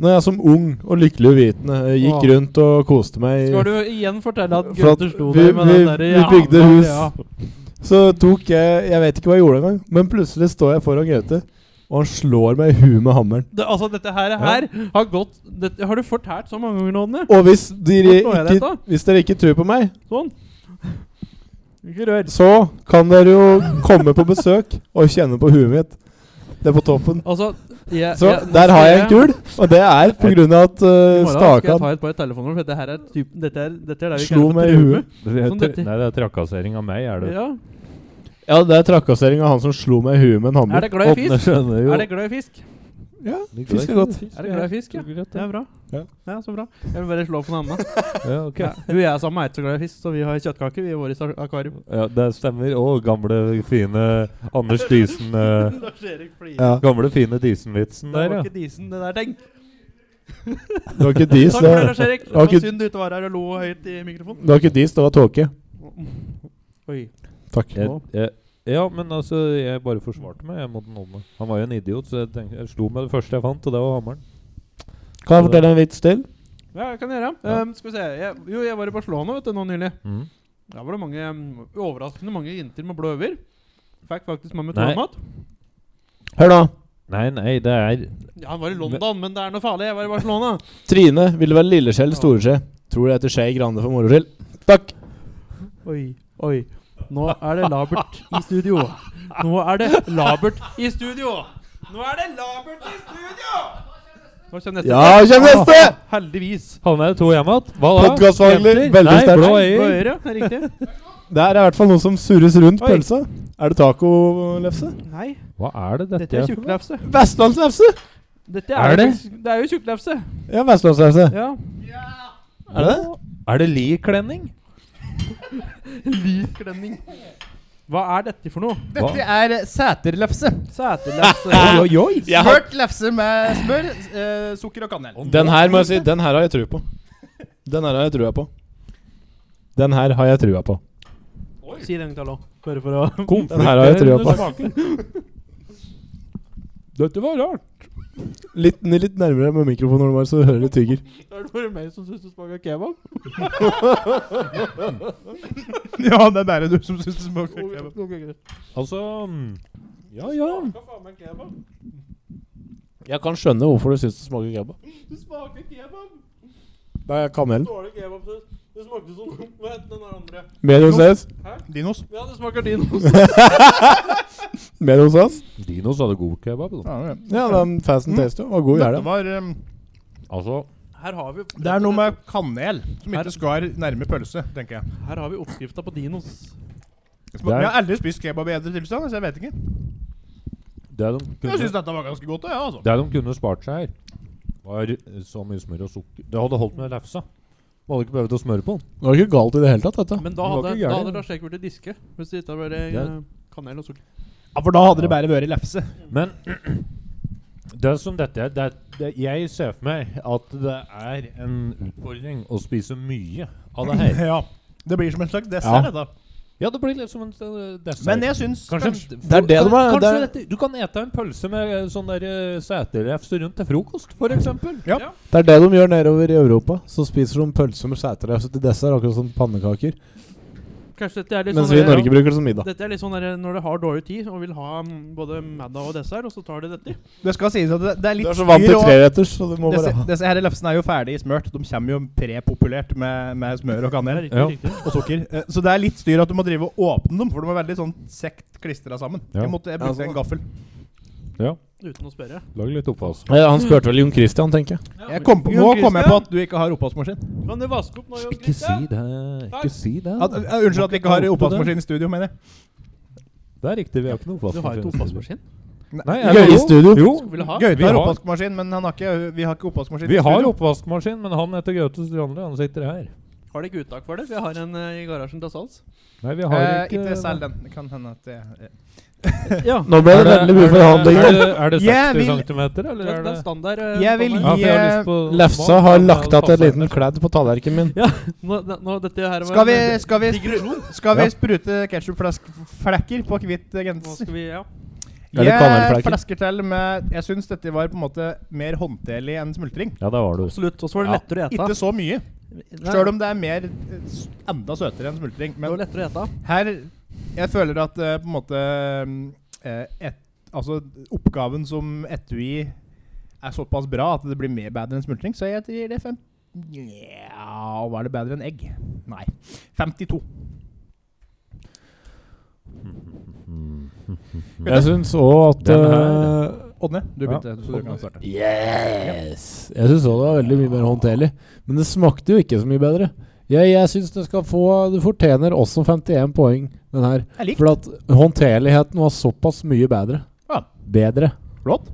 Når jeg som ung og lykkelig uvitende eh, gikk Åh. rundt og koste meg Skal du igjen fortelle at For at Gunther sto vi- der med den vi- derre vi bygde jævla- hus. Ja. Så tok jeg Jeg vet ikke hva jeg gjorde engang, men plutselig står jeg foran Gaute, og han slår meg i huet med hammeren. Det, altså, dette her, her har gått dette, Har du fortalt så mange ganger nå, Ådne? Og hvis dere, Hvorfor er det ikke, dette? hvis dere ikke tror på meg, Sånn. Ikke rør. så kan dere jo komme på besøk og kjenne på huet mitt. Det er på toppen. Altså, jeg, Så jeg- der har jeg en kul, og det er på grunn av at I uh, morgen skal jeg Stakan ta et par telefoner, for dette her er typ, dette er, dette er det vi kaller slo for meg i traume. huet. Nei, Sånn det dette- er trakassering av meg, er det. Ja. Ja, det er trakassering av han som slo meg i huet med en hammer. Er det glad i Åpne fisk? skjønner jo. Er det glad i fisk? Ja, Du er fisk er glad i godt. fisk. Er det glad i fisk, ja? Du er glad i Det er bra. Ja. Ja, så bra. Jeg vil bare slå på noe annet. Ja, ok. Ja. Du og jeg sammen er ikke så glad i fisk, så vi har kjøttkaker vi i vårt akvarium. Ja, det stemmer. Å, gamle, fine Anders Diesen eh, Lars-Erik flirer. Ja. Gamle, fine Diesen-vitsen Det der, var ja. ikke disen, det der, tenk. Det var ikke dis, Takk for det, det, Lars-Erik. Det var var ikke- synd du ikke var her og lo høyt i mikrofonen. det var ikke dis, det var tåke. Oi. Takk. Jeg, jeg, ja, men altså, jeg bare forsvarte meg jeg mot noen. Han var jo en idiot, så jeg, tenkte, jeg slo med det første jeg fant, og det var hammeren. Kan jeg fortelle en vits til? Ja, jeg kan gjøre. Ja. Um, skal vi se. Jeg, jo, jeg var i Barcelona vet du, nå nylig. Mm. Da var det mange, um, overraskende mange jenter med blå øyne. Fikk faktisk med meg Nei. tomat. Hør da. Nei, nei, det er Ja, han var i London, men det er noe farlig. Jeg var i Barcelona. Trine ville være lilleskje eller storeskje. Tror det heter Skei Grande for moro skyld. Takk. Oi, oi. Nå er det labert i studio. Nå er det labert i studio. Nå er det labert i studio! Nå kommer neste. Ja, kjem neste! Heldigvis. Havner det to hjemme igjen? Hva da? Podkastfaglig Jenter? veldig Nei, sterkt. blå Blå øyer. øyre, er det riktig? Det er i hvert fall noe som surres rundt Oi. pølsa. Er det tacolefse? Nei, Hva er det dette, dette er for noe? tjukklefse. Vestlandslefse! Dette Er det? faktisk- Det er jo tjukklefse. Ja, vestlandslefse. Ja. Er det det? Er det liklenning? Likklenning. Hva er dette for noe? Hva? Dette er seterlefse. Setelefse. Oi, oi. Smørt lefse med smør, eh, sukker og kanel. Den her må jeg si, den her har jeg trua på. Den her har jeg trua på. Den her har jeg trua på. Si det en gang til, da. Bare for å Den her har jeg trua på. Dette var rart. Litt, litt nærmere med mikrofonen, når du bare så du hører det tygger. Er det bare meg som syns det smaker kebab? Ja, det er bare du som syns det smaker kebab. Altså mm, Ja, ja. Jeg kan skjønne hvorfor du syns det smaker kebab. Du smaker kebab! Det er kanelen. Dårlig kebabsaus. Det smakte så dumt med den der andre. Mer hos oss. Dinos. Ja, det smaker din Mer hos oss. Mm. Dinos hadde god kebab. Da. Ja, ja. Ja, den fasten taste var god, Dette gjerne. var um, Altså Her har vi Det er noe med kanel som Her- ikke skal nærme pølse, tenker jeg. Her har vi oppskrifta på dinos. Jeg Det er- har aldri spist kebab i edru tilstand, så jeg vet ikke. Det de Jeg syns kunne, dette var ganske godt. Ja, altså. det de kunne spart seg her, var eh, så mye smør og sukker. Det hadde holdt med lefsa. Man hadde ikke behøvd å smøre på den. Det var ikke galt i det hele tatt, dette. Men da Det var hadde, ikke da gærent. hadde Lars Erik blitt diske. Hvis det ikke hadde vært Ja. eh, kanel og sukker. Ja, For da hadde det bare vært lefse. Men det som dette er det, det, Jeg ser for meg at det er en utfordring å spise mye av det her. Ja. Det blir som en slags dessert, Ja. dette. Ja, det blir litt som en eh, dessert. Men jeg syns Kanskje, kanskje- Det er det du må- Kanskje det er- dette, Du kan ete en pølse med eh, sånn der eh, seterefse rundt til frokost, for eksempel. Ja. Det er det de gjør nedover i Europa. Så spiser de pølser med sæterefse til dessert, akkurat som pannekaker. Kanskje dette er litt Mens sånn vi i der- Norge bruker det som middag. Dette er litt sånn der, når du har dårlig tid og vil ha mm, både middag og dessert, og så tar du dette. Det skal sies at det, det Du er litt er så vant til og- treretters, så du må bare Disse, ha disse her lefsene er jo ferdig smørt. De kommer jo prepopulert med, med smør og kanel Det er Ja. riktig, riktig. og sukker. Eh, Så det er litt styr at du må drive og åpne dem, for de er veldig sånn sekt klistra sammen. Ja. Jeg måtte jeg Ja, brukte sånn. en gaffel. Uten å spørre. Lag litt oppvask. Ja, Han spurte vel Jon Christian, tenker jeg. Jeg kom på, Jon nå kom jeg på Christian? at du ikke har oppvaskmaskin. Kan du vaske opp nå, Jon Ikke si Christian? det. Ikke si det. At, eh, unnskyld at vi ikke har kalle på det. oppvaskmaskin i studio, mener jeg. Det er riktig, vi har ikke noe Du har ikke oppvaskmaskin? Nei, Gøy i studio. Jo, Vil du ha? Gaute Vi har har- oppvaskmaskin, men han har ikke, vi har ikke oppvaskmaskin vi i har studio. oppvaskmaskin, men han heter Gaute Strandli, han sitter her. Har de ikke uttak for det? Vi har en eh, i garasjen til salgs. Nei, vi har Eh, ikke ikke selg den. Det kan hende at det eh. Ja. Nå ble Er det det, veldig mye forhandlinger. er det, er det Jeg 60 vil- Eh, cm, eller Det er det er standard. eh, Jeg vil Ja, standard. for jeg har lyst på Lefsa smak, har men lagt han igjen en passer liten kledd på tallerkenen min. Nå, nå- nå, dette her var Skal vi, en- skal vi, Digresjon. skal vi Ja. sprute ketsjupflekker på hvit eh, Nå genser? skal vi Ja. Eller Jeg kanelflekker. flesker til med Jeg syns dette var på en måte mer håndterlig enn smultring. Ja, der var du. Absolutt. Og så var det Ja. lettere å Ikke ete. så mye, Nei, sjøl om det er mer eh, s- enda søtere enn smultring. det var Men lettere å ete. her Jeg føler at eh, på en måte eh, et, Altså oppgaven som etui er såpass bra at det blir mer bedre enn smultring, så jeg gir det fem. Ja, var det bedre enn egg? Nei. 52. Jeg syns òg at Den eh, her. Ådne, du Ja. begynte, så du kan starte. Yes! Jeg syns òg det var veldig mye mer håndterlig. Men det smakte jo ikke så mye bedre. Jeg, jeg syns det skal få Du fortjener også 51 poeng, den her. Jeg liker For at håndterligheten var såpass mye bedre. Ja. Bedre. Flott.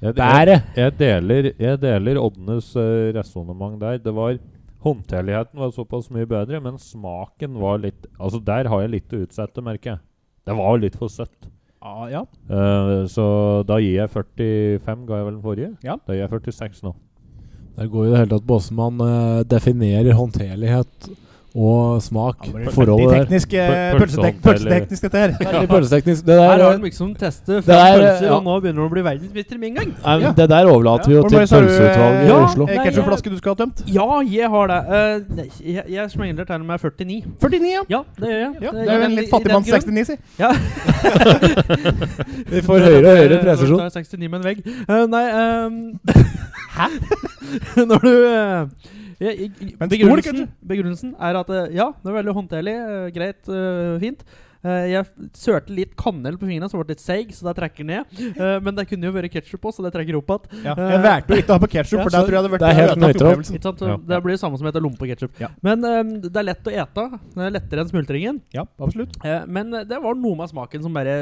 Jeg, jeg, Bæret. jeg, deler, jeg deler Odnes uh, resonnement der. Det var Håndterligheten var såpass mye bedre, men smaken var litt Altså, der har jeg litt å utsette, merker jeg. Det var litt for søtt. Ah, ja. Eh, så da gir jeg 45, ga jeg vel den forrige? Ja. Da gir jeg 46 nå. Der går jo det hele tatt på hvordan man eh, definerer håndterlighet og smak. Det blir veldig Forholdet der. teknisk, eh, Pøl- pølsetek pølseteknisk, dette her. Veldig pølseteknisk. Det Her der, eh, har de liksom testet Det fem er, pølser, ja. og nå begynner det å bli verdensmester med en gang. nei, men Ja. det der overlater vi jo Hvor til mange sa du, eh, pølseutvalget i ja? Oslo. Eh, Nei, Ketchupflaske du skal ha tømt? Ja, jeg har det. Eh, nei, jeg jeg smengler til meg 49. 49, ja. Ja, det gjør jeg. ja. Eh, Det er i jo den- en i litt den fattigmanns grunn. 69, si. Vi får høyere og høyere Eh, presisjon. Når du tar 69 med en vegg. Eh, nei ehm, Hæ? når du eh, jeg, jeg, Men stol, begrunnelsen, kanskje? begrunnelsen er at eh, ja, det er veldig håndterlig, eh, greit, eh, fint. Eh, jeg sørte litt kanel på fingrene, så ble det litt seig, så det trekker ned. Eh, men det kunne jo vært ketsjup på, så det trekker opp igjen. Ja. Jeg valgte jo ikke å ha på ketchup, for da tror jeg det hadde vært Det er helt ødelagt nøytralt. opplevelsen. Ikke sant? Ja. Det blir det samme som heter lompe og ketsjup. Liksom. Ja. Men ehm, det er lett å ete. Det er lettere enn smultringen. Ja, absolutt. Eh, men det var noe med smaken som bare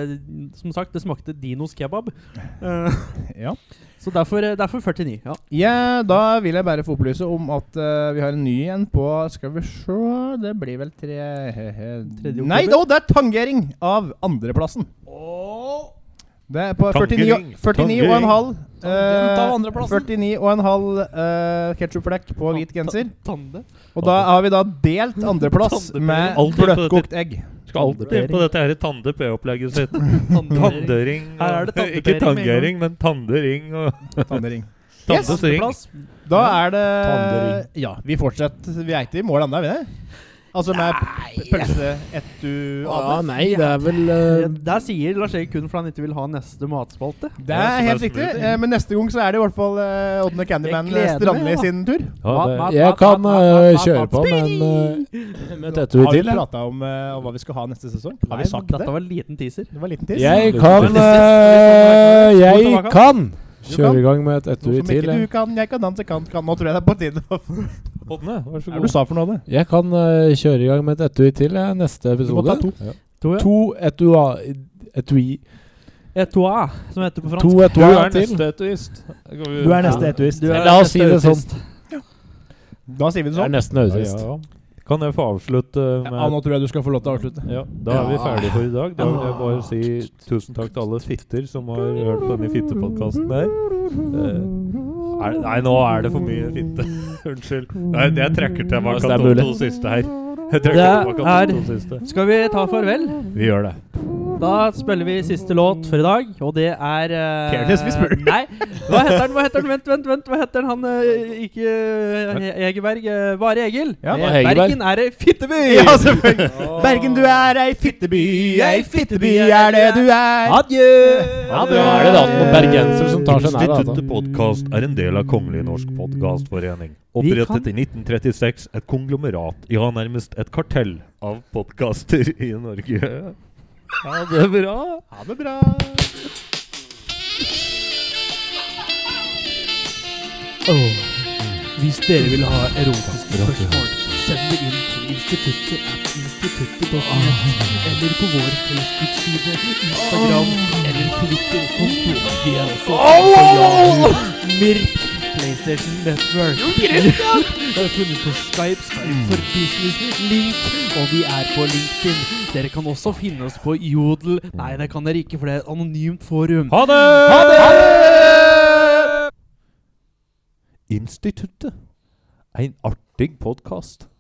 Som sagt, det smakte Dinos kebab. Eh, Ja. så derfor, eh, derfor 49. Ja. Ja, da vil jeg bare få opplyse om at eh, vi har en ny en på Skal vi se Det blir vel tre Tredje Nei, oktober. nå, det er tangering av andreplassen. Det er på 49, Tangering. 49 og en halv Tangent av eh, andreplassen. 49 og en halv eh, ketchupflekk på hvit Ta- genser. Tande. Og da har vi da delt andreplass Tandepilling. med Alt er på dette. bløtkokt egg. Skal alltid inn på dette her tande-p-opplegget sitt. Tandering. og- Her er det tandepering Ikke med en gang. tangering, men tandering og Tandering. Yes. tandesring. Plass. Da er det Tandering. Ja, vi fortsetter. Vi er ikke i mål ennå, er vi det? Altså med p- pølse etu Ja, nei, det er vel eh, Der sier Lars Erik kun for han ikke vil ha neste matspalte. Det er helt Det er riktig. smoothie. eh, Men neste gang så er det i hvert fall eh, Ådne Candyman Jeg gleder Strandli meg, da. sin tur. Ja, det, Jeg kan eh, kjøre på med en eh, med et etui Har vi til. jeg. prata om, eh, om hva vi skal ha neste sesong? Har vi sagt Dette det? var en liten teaser. Det var en liten tiss. Jeg Litt kan til. eh, Jeg tilbake. kan Du kjøre kan. i gang med et Noe etui som til. eh, ikke du jeg. kan, jeg kan danse, kan, kan. Nå tror jeg det er på tide. å- Ådne, vær så Hva er det god. du sa for noe? det? Jeg kan eh, kjøre i gang med et etui til jeg, neste Du må ta episode. to. To, To etua... Etui Etoa, Eh, som heter på To fransk. Du er etua til. neste etuist. Du er neste etuist. Du er La oss si neste det sånn. autist. Da sier vi det Det er sånn. nesten Ja, autist. ja. Kan jeg få avslutte med Ja, nå tror jeg du skal få lov til å avslutte. Ja, Da er vi ferdige for i dag. Da vil jeg bare si tusen takk til alle fitter som har hørt på denne fittepodkasten her. Eh, er, nei, nå er det for mye fitte. Unnskyld. Nei, jeg trekker Hvis det tilbake er de mulig. to siste her. Jeg trekker Det tilbake de er- to siste. Skal vi ta farvel? Vi gjør det. Da spiller vi siste låt for i dag, og det er eh, Careless Whisper. Nei, hva heter den? Hva heter den? Vent, vent, vent. Hva heter den? Han eh, ikke eh, He- Hegerberg. eh, Bare Egil. Ja, Eh, Bare Hegerberg. Bergen er ei fitteby! Ja, altså. selvfølgelig. Bergen, du er ei fitteby, ei fitteby er det du er. Adjø! Ja, det er det da, noen bergensere som tar seg nær det, altså. Instituttet Podkast er en del av Kongelig norsk podkastforening. Vi kan- Opprettet i 1936, et konglomerat, ja, nærmest et kartell av podkaster i Norge. Ha det bra. Ha det bra. Hvis dere vil ha erotiske spørsmål, send det inn til instituttet at instituttet.net, eller på vår Facebook-side, Instagram eller Twitter-konto. Vi er også på Yahoo, Mirk, PlayStation Network. Vi har funnet på Skype, Skype for Business, Link, og vi er på LinkedIn. Dere kan også finne oss på Jodel. Nei, det kan dere ikke, for det er et anonymt forum. Ha det! Ha det! Instituttet. En artig podkast.